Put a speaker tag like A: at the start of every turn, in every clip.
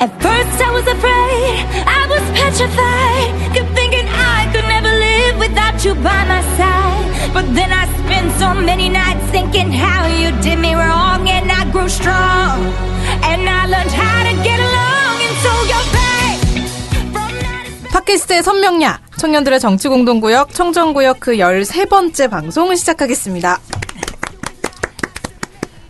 A: At first I was afraid, I was petrified, kept thinking I could never live without you by my side. But then I spent so many nights thinking how you did me wrong, and I grew strong, and I learned how to get along, and so you're back from night.
B: 팟캐스트의 선명야, 청년들의 정치공동구역, 청정구역 그 13번째 방송을 시작하겠습니다.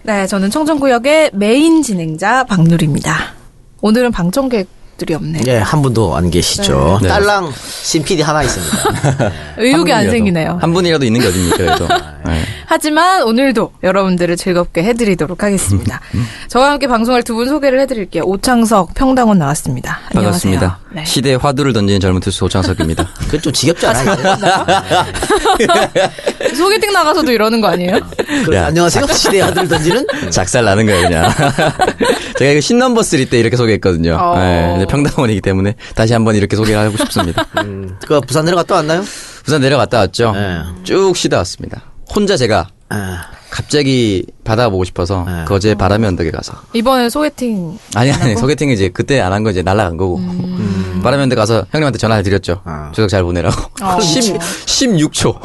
B: 네, 저는 청정구역의 메인 진행자 박누리입니다. 오늘은 방청객들이 없네요.
C: 예, 한 분도 안 계시죠.
D: 네.
C: 딸랑 신 PD 하나 있습니다.
B: 의욕이 안
D: 분이라도.
B: 생기네요. 아,
D: 한 분이라도 있는 게 어딥니까, 그래서. 네.
B: 하지만 오늘도 여러분들을 즐겁게 해드리도록 하겠습니다.
D: 음,
B: 저와 함께 방송할 두 분 소개를 해드릴게요. 오창석 평당원 나왔습니다. 안녕하세요.
D: 반갑습니다.
B: 네.
D: 시대의 화두를 던지는 젊은 투수 오창석입니다.
C: 그건 좀 지겹지 않아요?
B: 소개팅 나가서도 이러는 거 아니에요?
C: 그래,
D: 야.
C: 안녕하세요. 시대 아들 던지는
D: 작살 나는 거예요, 그냥. 제가 이거 신넘버 3 때 이렇게 소개했거든요.
B: 어.
D: 네, 이제 평당원이기 때문에 다시 한번 이렇게 소개를 하고 싶습니다.
C: 음, 그 부산 내려갔다 왔나요?
D: 부산 내려갔다 왔죠.
C: 네.
D: 쭉 쉬다 왔습니다. 혼자 제가
C: 아,
D: 갑자기 바다 보고 싶어서
C: 네.
D: 거제 바람의 언덕에 가서
B: 이번에 소개팅
D: 아니 아니 소개팅 이제 그때 안 한 거 이제 날라간 거고
B: 음.
D: 음. 바람에 언덕 가서 형님한테 전화를 드렸죠
C: 아.
D: 추석 잘 보내라고
B: 어.
D: 10, 16초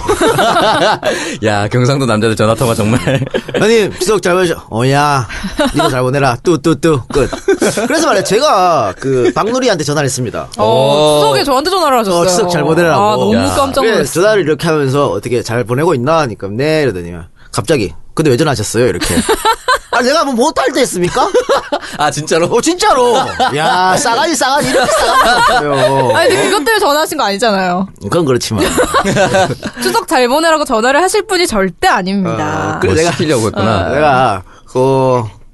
D: 야 경상도 남자들 전화 통화 정말
C: 형님 추석 잘 보내셔. 어야, 니도 잘 보내라. 뚜뚜뚜 끝. 그래서 말이야 제가 그 박누리한테 전화를 했습니다.
B: 어,
D: 오.
B: 추석에 저한테 전화를 하셨어요.
C: 어, 추석 잘 보내라고. 예,
B: 아, 너무
D: 야.
B: 깜짝
C: 그래,
B: 놀랐어요.
C: 전화를 이렇게 하면서 어떻게 잘 보내고 있나 하니까 네 이러더니 갑자기 근데 왜 전화하셨어요 이렇게. 아 내가 뭐 못할 때 했습니까?
D: 아 진짜로
C: 어 진짜로. 야 싸가지 싸가지 이렇게 싸가지 없어요.
B: 아니, 근데 그것 때문에 전화하신 거 아니잖아요.
C: 그건 그렇지만.
B: 추석 잘 보내라고 전화를 하실 분이 절대 아닙니다.
C: 어,
D: 뭐
C: 그래, 내가-
D: 시키려고
C: 아,
D: 했구나
C: 내가 그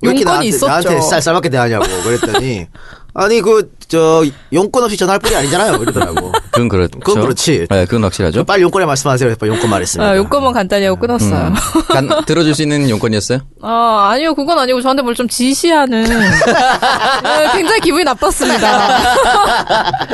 C: 이렇게
B: 용건이
C: 나한테,
B: 있었죠.
C: 나한테 쌀쌀맞게 대하냐고 그랬더니 아니 그 저 용건 없이 전화할 뿐이 아니잖아요 그러더라고
D: 그건 그렇죠
C: 그건 그렇지.
D: 네, 그건 확실하죠
C: 빨리 용건에 말씀하세요 그래서 용건 뭐. 말했습니다
B: 아, 요건만 간단히 하고 끊었어요.
D: 음. 간- 들어줄 수 있는 용건이었어요
B: 아, 아니요, 그건 아니고 저한테 뭘 좀 지시하는. 네, 굉장히 기분이 나빴습니다.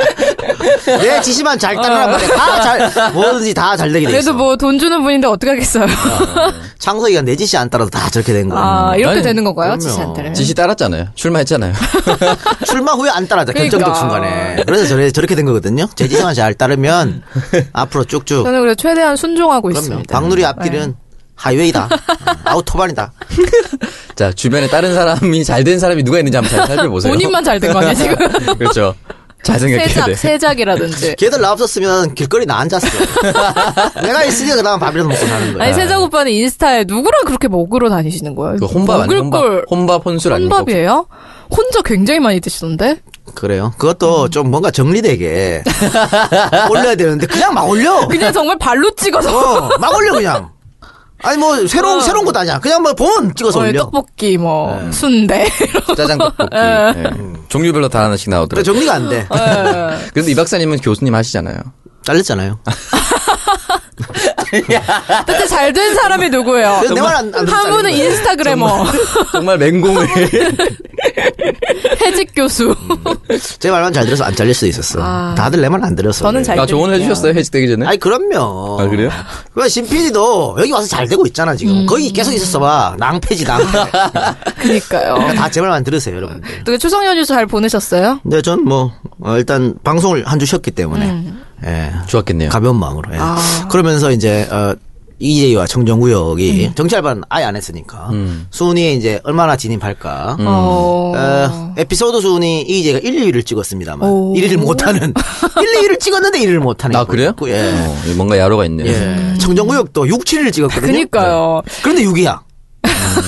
C: 내 지시만 잘 따르란 말이야 다잘 뭐든지 다 잘 되게 돼
B: 그래도
C: 있어
B: 뭐 돈 주는 분인데 어떡하겠어요.
C: 뭐. 창석이가 내 지시 안 따라서 다 저렇게 된 거야
B: 아, 이렇게
D: 아니,
B: 되는 건가요?
C: 그럼요.
B: 지시한테는.
D: 지시 따랐잖아요 출마했잖아요
C: 출마 후에 안 따라자 결정적
B: 그러니까.
C: 순간에 그래서 저래, 저렇게 된 거거든요 제 지시만 잘 따르면 앞으로 쭉쭉
B: 저는 그래도 최대한 순종하고
C: 그럼요 네.
B: 있습니다. 네.
C: 박누리 앞길은 하이웨이다 아우토반이다
D: 자 주변에 다른 사람이 잘 된 사람이 누가 있는지 한번 잘 살펴보세요
B: 본인만 잘 된 거 아니에요, 지금?
D: 그렇죠 잘 생각해야
B: 세작,
D: 돼
B: 세작이라든지.
C: 걔들 나 없었으면 길거리 나 앉았어. 내가 있으니까 그다음 밥이라도 먹고 사는 거야.
B: 아니 세작 오빠는 인스타에 누구랑 그렇게 먹으러 다니시는 거예요?
D: 그 혼밥
B: 먹을
D: 아니에요? 혼밥.
B: 걸
D: 혼밥 혼술 아니에요?
B: 혼밥이에요? 혼자 굉장히 많이 드시던데?
C: 그래요. 그것도
B: 음.
C: 좀 뭔가 정리되게 올려야 되는데 그냥 막 올려.
B: 그냥 정말 발로 찍어서
C: 어, 막 올려 그냥. 아니 뭐 새로운
B: 어.
C: 새로운 것도 아니야. 그냥 뭐 보면 찍어서
B: 어,
C: 올려.
B: 떡볶이 뭐 순대 이런 거.
D: 짜장 떡볶이 예. 종류별로 다 하나씩
C: 그래
D: 나오더라고요.
C: 정리가 안 돼.
B: 예.
D: 그런데 이 박사님은 교수님 하시잖아요.
C: 잘렸잖아요.
B: 그때 잘 된 사람이 누구예요?
C: 내 말 안- 안 듣잖아요. 네.
B: 한 분은 인스타그래머
D: 정말 맹공을
B: 해직 교수.
C: 제 말만 잘 들어서 안 잘릴 수도 있었어.
B: 아.
C: 다들 내 말 안 들었어.
B: 저는 잘
D: 아, 조언을
B: 드릴게요.
D: 해주셨어요 해직되기 전에.
C: 네? 아니 그럼요.
D: 아, 그래요?
C: 왜 신PD도 여기 와서 잘 되고 있잖아 지금.
B: 음.
C: 거기 계속 있었어봐. 낭패지 낭패.
B: 그니까요.
C: 다 제 말만 들으세요 여러분들.
B: 어떻게 추석 연휴 잘 보내셨어요?
C: 네, 전 뭐, 어, 일단 방송을 한 주 쉬었기 때문에,
B: 음.
C: 예,
D: 좋았겠네요.
C: 가벼운 마음으로. 예.
B: 아.
C: 그러면서 이제, 어, EJ와 청정구역이
B: 음.
C: 정치 알바는 아예 안 했으니까, 순위에 이제 얼마나 진입할까.
B: 어.
C: 어, 에피소드 순위 EJ가 1, 2위를 찍었습니다만,
B: 오.
C: 1위를 못하는, 1, 2위를 찍었는데 1위를 못하는.
D: 아
C: 경우도
D: 그래요?
C: 있고, 예.
D: 어, 뭔가 야로가 있네요.
C: 예. 청정구역도 6, 7위를 찍었거든요.
B: 음. 아,
C: 네.
B: 그니까요.
C: 그런데 6위야.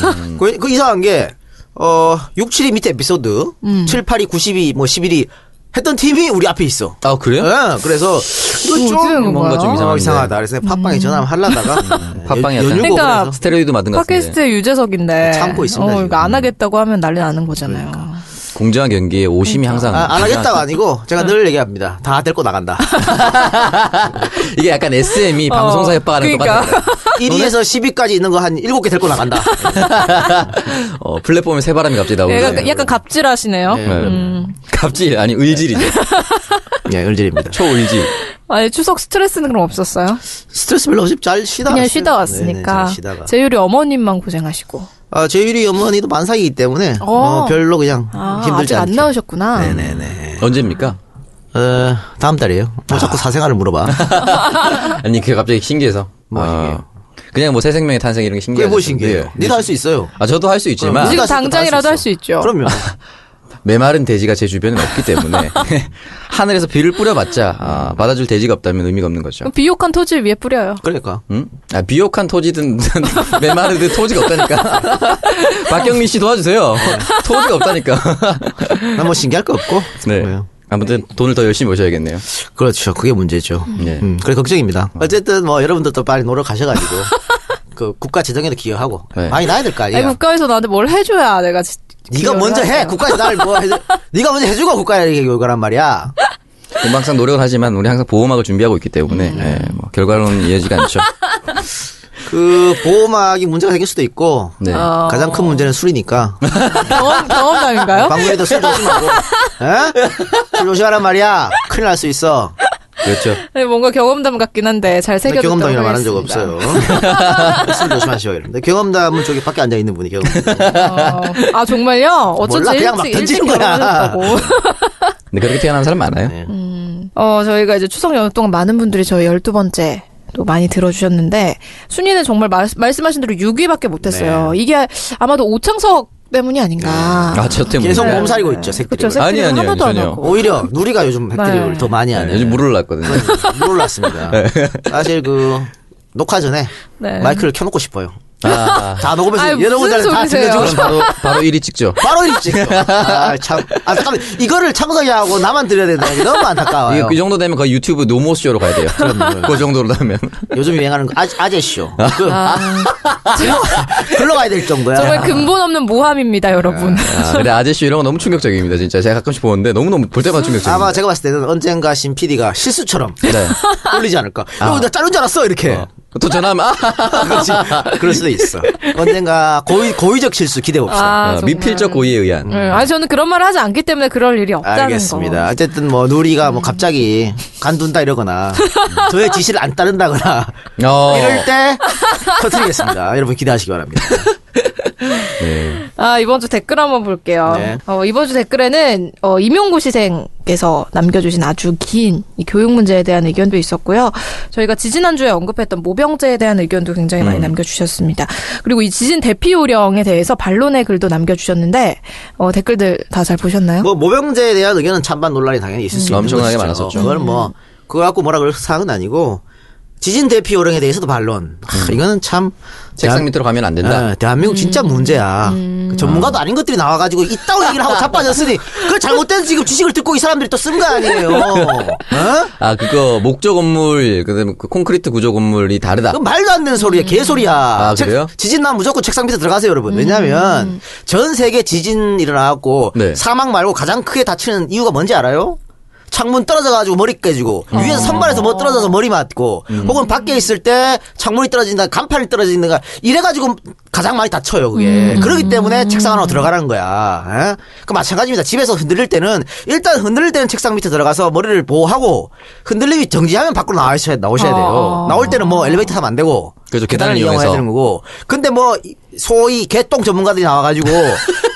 D: 음.
C: 그, 그 이상한 게, 어, 6, 7위 밑에 에피소드,
B: 음.
C: 7, 8위, 90위, 뭐 11위 했던 팀이 우리 앞에 있어.
D: 아 그래요?
C: 예, 그래서 이거
B: 어떻게 된
C: 좀
B: 건가요?
D: 뭔가 좀 이상한데. 음.
C: 이상하다. 그래서 팝빵에 전화 한번 하려다가 예,
D: 팟빵에
C: 연-
D: 약간
B: 음.
C: 연휴고
B: 그러니까
C: 그래서
D: 스테로이드 맞은 것 같은데.
B: 팟캐스트의 유재석인데.
C: 참고 있습니다,
B: 어, 이거
C: 지금.
B: 안 하겠다고 하면 난리 나는 거잖아요.
D: 공정한 경기에 오심이 항상.
C: 아, 안 하겠다가 아니고 제가 늘 얘기합니다. 다 데리고 나간다.
D: 이게 약간
C: 어,
D: SM이 방송사 협박하는 것
B: 그러니까.
D: 같아요.
C: 1위에서 10위까지 있는 거 한 7개 데리고 나간다.
D: 어, 플랫폼에 새바람이 갑자기 나오고.
B: 얘가
C: 그러니까
B: 약간 갑질하시네요.
C: 예,
D: 갑질 아니 을질이죠.
C: 예, 을질입니다.
D: 초을질.
B: 아니 추석 스트레스는 그럼 없었어요?
C: 스트레스 별로 없이 잘 쉬다
B: 그냥
C: 왔어요.
B: 쉬다
C: 네, 네,
B: 왔으니까
C: 잘 쉬다가.
B: 재율이 어머님만 고생하시고
C: 아, 저희 어머니도 만삭이기 때문에
B: 어.
C: 어, 별로 그냥
B: 아, 아직
C: 힘들지
B: 안
C: 않게.
B: 나오셨구나.
C: 네네네.
D: 언제입니까?
C: 어, 다음 달이에요. 뭐
D: 아.
C: 자꾸 사생활을 물어봐.
D: 아니 그게 갑자기 신기해서.
C: 뭐 신기해요?
D: 그냥 뭐 새 생명의 탄생 이런 게 신기해요.
C: 그게 뭐 신기해요? 니도 할 수 있어요.
D: 아 저도 할 수 있지만
B: 지금
C: 니도 할수 있고 다할수
B: 당장이라도 할
C: 있어.
B: 수 있죠.
C: 그럼요.
D: 메마른 돼지가 제 주변에 없기 때문에 하늘에서 비를 뿌려봤자 아, 받아줄 돼지가 없다면 의미가 없는 거죠.
B: 그럼 비옥한 토지를 위에 뿌려요.
C: 그러니까.
D: 음? 아, 비옥한 토지든 메마르든 토지가 없다니까. 박경민 씨 도와주세요. 토지가 없다니까.
C: 난 뭐 신기할 거 없고.
D: 네.
C: 뭐요.
D: 아무튼 돈을 더 열심히 모셔야겠네요.
C: 그렇죠. 그게 문제죠.
D: 네.
C: 음, 그래 걱정입니다. 어쨌든 뭐 여러분들도 빨리 노력 하셔가지고 그 국가 재정에도 기여하고
D: 네.
C: 많이 나야 될 거
B: 아니,
C: 아니야.
B: 국가에서 나한테 뭘 해줘야 내가 지,
C: 예. 네가
B: 기여를
C: 먼저 해.
B: 하세요.
C: 국가에서 나를 뭐 해. 네가 먼저 해주고 국가에 이거란 말이야.
D: 뭐 항상 노력을 하지만 우리 항상 보호막을 준비하고 있기 때문에 예, 뭐 결과론 이해지가 않죠.
C: 그 보호막이 문제가 생길 수도 있고
D: 네.
B: 어.
C: 가장 큰 문제는 술이니까
B: 경험, 경험담인가요?
C: 방송에도 술 조심하고 에? 술 조심하란 말이야. 큰일 날 수 있어.
D: 그렇죠.
B: 네, 뭔가 경험담 같긴 한데 잘
C: 근데
B: 새겨두도록
C: 경험담이라 말한 적
B: 하겠습니다.
C: 없어요. 술 조심하시오. 이런데 경험담은 저기 밖에 앉아 있는 분이 경험담.
B: 어. 아 정말요? 어쩐지
C: 몰라, 그냥 막
B: 일찍 일찍
C: 던지는 거야.
B: 결혼하셨다고.
D: 근데 그렇게 태어난 사람 많아요.
C: 네.
B: 어 저희가 이제 추석 연휴 동안 많은 분들이 저희 1 2 번째. 또 많이 들어주셨는데 순위는 정말 말, 말씀하신 대로 6위밖에
C: 네.
B: 못했어요. 이게 아마도 오창석 때문이 아닌가.
D: 아, 저 때문에.
C: 계속 몸살이고 있죠. 새끼들.
B: 그렇죠. 색깔이
D: 아니요, 아니요,
B: 하나도 안
D: 전혀.
B: 하고.
C: 오히려 누리가 요즘 핵드립을
B: 네.
C: 더 많이 하네.
D: 요즘 네. 물 올랐거든요.
C: 물 올랐습니다. 사실 그 녹화 전에
B: 네.
C: 마이크를 켜놓고 싶어요.
D: 아,
C: 다 녹음해서
B: 아이,
C: 여러분들
B: 무슨
C: 다
B: 소리세요?
C: 들려주고
D: 그럼
C: 싶어요.
D: 바로 바로 일위 찍죠.
C: 바로 일찍. 아, 참. 아, 잠깐만. 이거를 창석이 하고 나만 들어야 된다는 게 너무
D: 이게
C: 안타까워요.
D: 그 정도 되면 거의 유튜브 노모쇼로 가야 돼요. 그 정도로 하면.
C: 요즘 유행하는 거, 아, 아재쇼. 그, 글로 가야 될 정도야.
B: 아, 정말 근본 없는 모함입니다, 여러분.
C: 네.
D: 아, 근데 아저씨 이런 거 너무 충격적입니다, 진짜. 제가 가끔씩 보는데 너무너무 볼 때마다 충격적이에요.
C: 아마 제가 봤을 때는 언젠가 신 PD가 실수처럼
D: 그렇죠. 네. 아.
C: 올리지 않을까. 어, 나 자른 줄 알았어. 이렇게.
D: 또 전화하면, 아,
C: 그렇지. 그럴 수도 있어. 언젠가 고의, 고의적 실수 기대 봅시다.
B: 아,
D: 아,
B: 정말.
D: 미필적 고의에 의한.
B: 네, 아니 저는 그런 말을 하지 않기 때문에 그럴 일이 없다는
C: 알겠습니다.
B: 거.
C: 어쨌든 뭐 누리가 뭐 갑자기 간둔다 이러거나 저의 지시를 안 따른다거나
D: 어.
C: 아, 이럴 때 터뜨리겠습니다. 여러분 기대하시기 바랍니다.
D: 네.
B: 아 이번 주 댓글 한번 볼게요.
C: 네.
B: 어, 이번 주 댓글에는 어, 임용고시생께서 남겨주신 아주 긴이 교육 문제에 대한 의견도 있었고요. 저희가 지지난 주에 언급했던 모병제에 대한 의견도 굉장히
C: 음.
B: 많이 남겨주셨습니다. 그리고 이 지진 대피 요령에 대해서 반론의 글도 남겨주셨는데 어, 댓글들 다 잘 보셨나요?
C: 뭐 모병제에 대한 의견은 찬반 논란이 당연히 있을 수 있는
D: 음. 엄청나게
C: 것이죠.
D: 많았었죠. 음.
C: 그건 뭐 그거 갖고 뭐라 그럴 사항은 아니고 지진 대피 요령에 대해서도 반론. 하, 이거는 참
D: 음. 책상
C: 대한-
D: 밑으로 가면 안 된다. 음.
C: 예, 대한민국 진짜 문제야. 그 전문가도 아닌 것들이 나와가지고 이따위 얘기를 하고 자빠졌으니 그 잘못된 지금 지식을 듣고 이 사람들이 또 쓴 거 아니에요. 어?
D: 아, 그거, 목조 건물, 그다음에 그 콘크리트 구조 건물이 다르다.
C: 그 말도 안 되는 소리야. 개소리야.
D: 아,
C: 책-
D: 그래요?
C: 지진 나면 무조건 책상 밑에 들어가세요, 여러분. 왜냐면 전 세계 지진 일어나고
D: 네.
C: 사망 말고 가장 크게 다치는 이유가 뭔지 알아요? 창문 떨어져 가지고 머리 깨지고 위에서 선반에서 뭐 떨어져서 머리 맞고
D: 음.
C: 혹은 밖에 있을 때 창문이 떨어진다 간판이 떨어진다가 이래 가지고 가장 많이 다쳐요 그게 그렇기 때문에 책상 안으로 들어가라는 거야 예? 그 마찬가지입니다 집에서 흔들릴 때는 일단 흔들릴 때는 책상 밑에 들어가서 머리를 보호하고 흔들림이 정지하면 밖으로 나와셔야 나오셔야 돼요
B: 어.
C: 나올 때는 뭐 엘리베이터 타면 안 되고
D: 그렇죠. 계단을 이용해서.
C: 되는 거고. 근데 뭐 이- 소위 개똥 전문가들이 나와가지고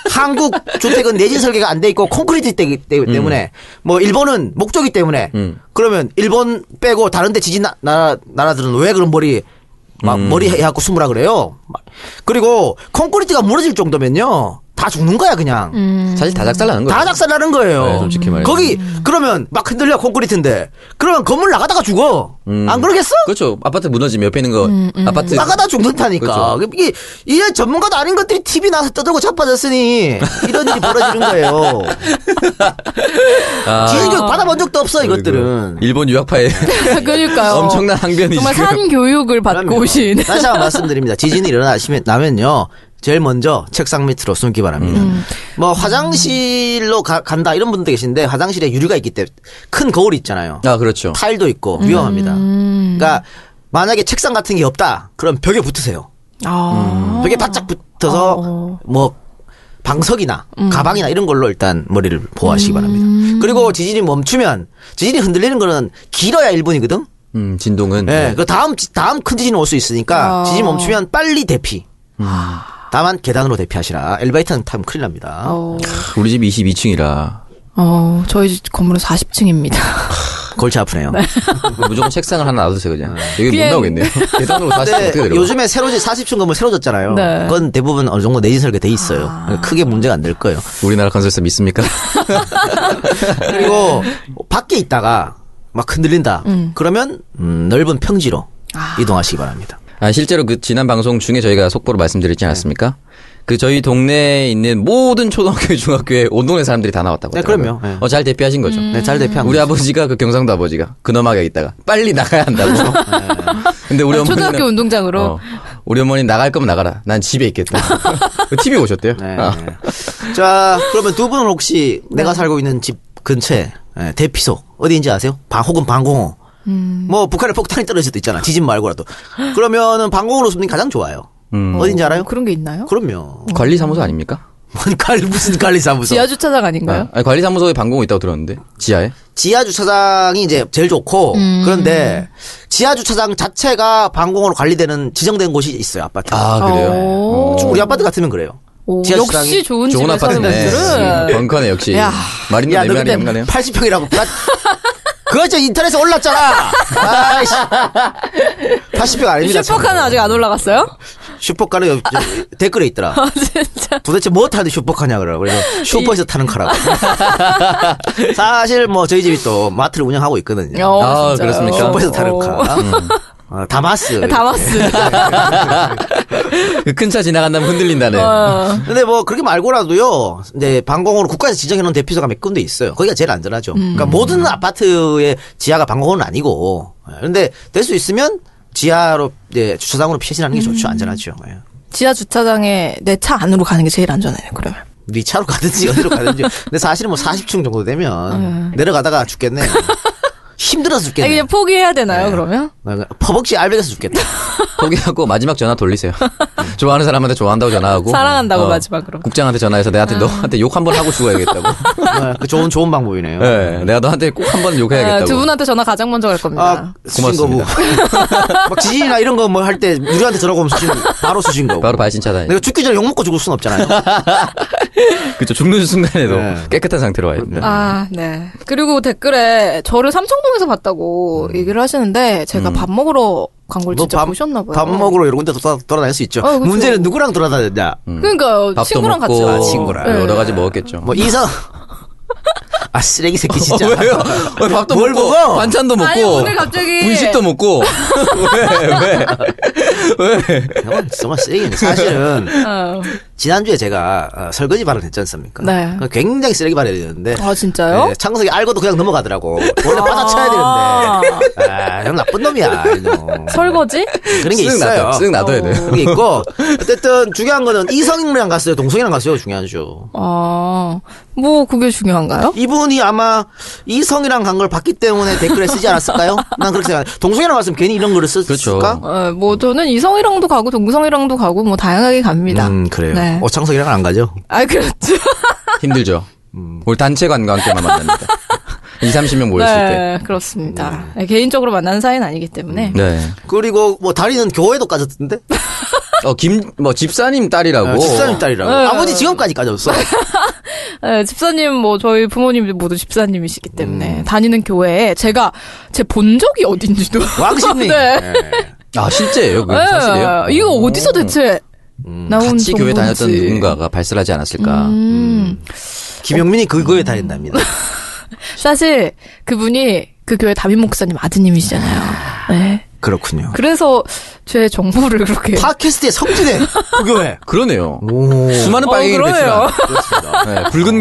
C: 한국 주택은 내진 설계가 안 돼 있고 콘크리트 때기 때-
D: 음.
C: 때문에 뭐 일본은 목조기 때문에 그러면 일본 빼고 다른데 지진 나, 나라 나라들은 왜 그런 머리 막
D: 음.
C: 머리 해갖고 숨으라 그래요. 막. 그리고 콘크리트가 무너질 정도면요 다 죽는 거야 그냥.
D: 사실 다 작살 나는 거예요.
C: 다 작살나는 거예요.
D: 음. 네, 솔직히 말해서.
C: 거기 그러면 막 흔들려 콘크리트인데 그러면 건물 나가다가 죽어. 안 그러겠어?
D: 그렇죠. 아파트 무너지면 옆에 있는 거, 아파트.
C: 나가다 죽는다니까.
D: 네. 그렇죠.
C: 이게 이런 전문가도 아닌 것들이 TV 나서 떠들고 자빠졌으니 이런 일이 벌어지는 거예요.
D: 아,
C: 지진 교육 받아본 적도 없어
D: 그리고
C: 이것들은.
D: 일본 유학파의
B: 그러니까요.
D: 엄청난 항변이
B: 정말
D: 지금.
B: 산 교육을 받고
C: 그럼요.
B: 오신.
C: 다시 한번 말씀드립니다. 지진이 일어나시면 나면요. 제일 먼저 책상 밑으로 숨기 바랍니다.
D: 음.
C: 뭐 화장실로 가- 간다 이런 분도 계신데 화장실에 유리가 있기 때문에 큰 거울이 있잖아요.
D: 아, 그렇죠.
C: 타일도 있고 위험합니다. 그러니까 만약에 책상 같은 게 없다. 그럼 벽에 붙으세요.
B: 아.
C: 벽에 바짝 붙어서 뭐 방석이나
B: 음.
C: 가방이나 이런 걸로 일단 머리를 보호하시기 바랍니다. 그리고 지진이 멈추면 지진이 흔들리는 거는 길어야 1분이거든.
D: 음, 진동은.
C: 네. 예. 그 다음 지- 다음 큰 지진이 올 수 있으니까
B: 아.
D: 음.
C: 지진 멈추면 빨리 대피. 아. 다만 계단으로 대피하시라. 엘리베이터는 타면 큰일 납니다.
B: 어,
D: 우리 집이 22층이라
B: 어, 저희 집 건물은 40층입니다.
C: 골치 아프네요.
D: 무조건 책상을 하나 놔두세요 그냥. 여기
B: 그냥-
D: 못 나오겠네요. 계단으로 다시
C: 근데
D: 어떻게 내려가?
C: 요즘에 새로지 40층 건물 새로졌잖아요.
B: 네. 아.
C: 그건 대부분 어느 정도 내진설계 돼 있어요. 크게 문제가 안 될 거예요.
D: 우리나라 건설사 믿습니까?
C: 그리고 밖에 있다가 막 흔들린다. 그러면 음, 넓은 평지로 이동하시기 바랍니다.
D: 아, 실제로 그 지난 방송 중에 저희가 속보로 말씀드렸지 않았습니까? 그 저희 동네에 있는 모든 초등학교, 중학교에 온 동네 사람들이 다 나왔다고.
C: 네,
D: 하더라고요.
C: 그럼요. 네.
D: 어, 잘 대피하신 거죠.
C: 네, 잘 대피한
D: 우리
C: 거죠.
D: 아버지가 그 경상도 아버지가 근엄하게 있다가 빨리 나가야 한다고. 근데 우리 어머니는
B: 아, 초등학교 운동장으로.
D: 어, 우리 어머니 나갈 거면 나가라. 난 집에 있겠다. TV 오셨대요.
C: 네.
D: 아.
C: 자, 그러면 두 분은 혹시 내가 살고 있는 집 근처에 예, 대피소 어디인지 아세요? 방 혹은 방공호. 뭐 북한에 폭탄이 떨어질 수도 있잖아. 지진 말고라도. 그러면은 방공호로 숨는 게 가장 좋아요.
D: 음.
C: 어딘지 알아요?
B: 그런 게 있나요?
C: 그럼요.
D: 관리사무소 아닙니까?
C: 뭔 관- 무슨 관리사무소?
B: 지하 주차장 아닌가요?
D: 아니, 관리사무소에 방공이 있다고 들었는데 지하에.
C: 지하 주차장이 이제 제일 좋고
B: 음.
C: 그런데 지하 주차장 자체가 방공호로 관리되는 지정된 곳이 있어요 아파트.
D: 아 그래요.
B: 오.
D: 어.
C: 우리 아파트 같으면 그래요.
B: 오,
C: 지하 주차장이
B: 역시 좋은,
D: 좋은
B: 집에 사는
D: 아파트네.
B: 분들은
D: 음, 벙커네 역시.
B: 야.
D: 말이
C: 야,
D: 너무
C: 너
D: 애매하네
C: 그때
D: 애매하네요.
C: 80평이라고. 나... 그거 진짜 인터넷에 올랐잖아. 아이씨. 80평 아닙니다.
B: 슈퍼카는 아직 안 올라갔어요?
C: 슈퍼카는 여- 저- 댓글에 있더라.
B: 아, 진짜.
C: 도대체 뭐 타는데 슈퍼카냐 그러고 그래서 슈퍼에서 타는 카라고. 사실 뭐 저희 집이 또 마트를 운영하고 있거든요.
B: 어, 진짜요.
D: 아, 그렇습니까?
C: 슈퍼에서 타는
B: 어. 네,
C: 카. 어, 다마스.
B: 다마스.
D: 네. 그 큰 차 지나간다면 흔들린다는.
B: 어.
C: 근데 뭐 그렇게 말고라도요. 이제 방공호로 국가에서 지정해 놓은 대피소가 몇 군데 있어요. 거기가 제일 안전하죠.
B: 음.
C: 그러니까 모든 아파트의 지하가 방공호는 아니고. 예, 근데 될 수 있으면 지하로 이제 주차장으로 피신하는 게
B: 음.
C: 좋죠. 안전하죠. 예.
B: 지하 주차장에 내 차 안으로 가는 게 제일 안전해요. 그러면.
C: 네 차로 가든지 어디로 가든지. 근데 사실은 뭐 40층 정도 되면 내려가다가 죽겠네. 힘들어서
B: 아니,
C: 죽겠네.
B: 그냥 포기해야 되나요? 그러면?
C: 퍼벅지 알배에서 죽겠다.
D: 포기하고 마지막 전화 돌리세요. 좋아하는 사람한테 좋아한다고 전화하고 어.
B: 사랑한다고 마지막으로. 아.
D: 국장한테 전화해서 내한테 너한테 욕 한 번 하고 죽어야겠다고.
C: 네, 그 좋은 좋은 방법이네요.
D: 네, 내가 너한테 꼭 한 번 욕해야겠다고.
B: 아, 두 분한테 전화 가장 먼저 갈 겁니다.
C: 아, 수신 거부. 막 지진이나 이런 거 뭐 할 때 우리한테 전화 오면 수신 바로 수신 거부.
D: 바로 발신
B: 네.
D: 차단이.
C: 내가 죽기 전에 욕 먹고 죽을 순 없잖아요.
B: 그렇죠.
D: 그쵸 죽는 순간에도
C: 네.
D: 깨끗한 상태로 와야 된다.
B: 아, 네. 그리고 댓글에 저를 삼청동에서 봤다고 얘기를 하시는데 제가 밥 먹으러 간 걸
C: 뭐
B: 진짜 보셨나 봐요.
C: 음. 밥 먹으러 여러 군데 돌아, 돌아다닐 수 있죠.
B: 어, 그렇죠. 음.
C: 문제는 누구랑 돌아다녔냐?
B: 그러니까요.
D: 밥도
B: 친구랑
D: 먹고
B: 같이.
C: 아, 친구랑.
B: 네.
D: 여러 가지 먹었겠죠.
C: 뭐 이성 아 쓰레기 새끼 진짜.
D: 어, 왜요? 왜 밥도
C: 아, 뭘
D: 먹고
C: 먹어?
D: 반찬도 먹고
B: 아니, 오늘 갑자기.
D: 분식도 먹고 왜 왜?
B: 아,
D: 왜?
C: 형은 정말 쓰레기네. 사실은
B: 어.
C: 지난주에 제가 어, 설거지 발언 했지 않습니까?
B: 네.
C: 굉장히 쓰레기 발언이었는데.
B: 아, 진짜요? 아.
C: 네, 창석이 알고도 그냥 넘어가더라고. 원래 받아쳐야 되는데. 아, 형 나쁜 놈이야. 이놈.
B: 설거지?
C: 그런 게
D: 쓱
C: 있어요.
D: 놔둬, 쓱 놔둬야 돼요.
C: 그런 게 있고. 어쨌든 중요한 거는 이성이랑 갔어요. 동성이랑 갔어요. 중요하죠.
B: 아, 뭐 그게 중요한가요?
C: 이분이 아마 이성이랑 간 걸 봤기 때문에 댓글에 쓰지 않았을까요? 난 그렇게 생각해. 동성이랑 갔으면 괜히 이런 글을 썼을까?
D: 그렇죠.
B: 어, 뭐 저는 이성이랑도 가고 동성이랑도 가고 뭐 다양하게 갑니다.
C: 음, 그래요.
B: 네.
C: 어, 창석이랑은 안 가죠?
B: 아, 그렇죠.
D: 힘들죠.
B: 음.
D: 우리 단체 관광 때만 만납니다. 2, 30명 모였을
B: 네,
C: 음.
B: 그렇습니다. 네, 개인적으로 만나는 사이는 아니기 때문에.
D: 때. 네.
C: 그리고 뭐 다리는 교회도 까졌던데?
D: 어, 김, 뭐, 집사님 딸이라고.
C: 어, 집사님 딸이라고.
B: 네.
C: 아버지 지금까지 까졌어.
B: 네, 집사님 뭐 저희 부모님 모두 집사님이시기
D: 음.
B: 때문에 다니는 교회에 제가 제 본 적이 어딘지도
C: 왕십리.
B: 네.
D: 아, 실제예요? 그건
B: 네,
D: 뭐, 사실이에요?
B: 이거
D: 어. 음,
B: 어디서 대체 나온
D: 같이
B: 정보인지.
D: 교회 다녔던 누군가가 발설하지 않았을까.
B: 음.
C: 김영민이 그거에 다닌답니다.
B: 사실 그분이 그 교회 담임 목사님 아드님이시잖아요. 네.
C: 그렇군요.
B: 그래서 제 정보를 그렇게
C: 팟캐스트의 성지대 그 교회.
D: 그러네요.
C: 오.
D: 수많은
B: 어,
D: 빨갱이
B: 그러네요. 어.
D: 배출한.
C: 그렇습니다.
D: 네, 붉은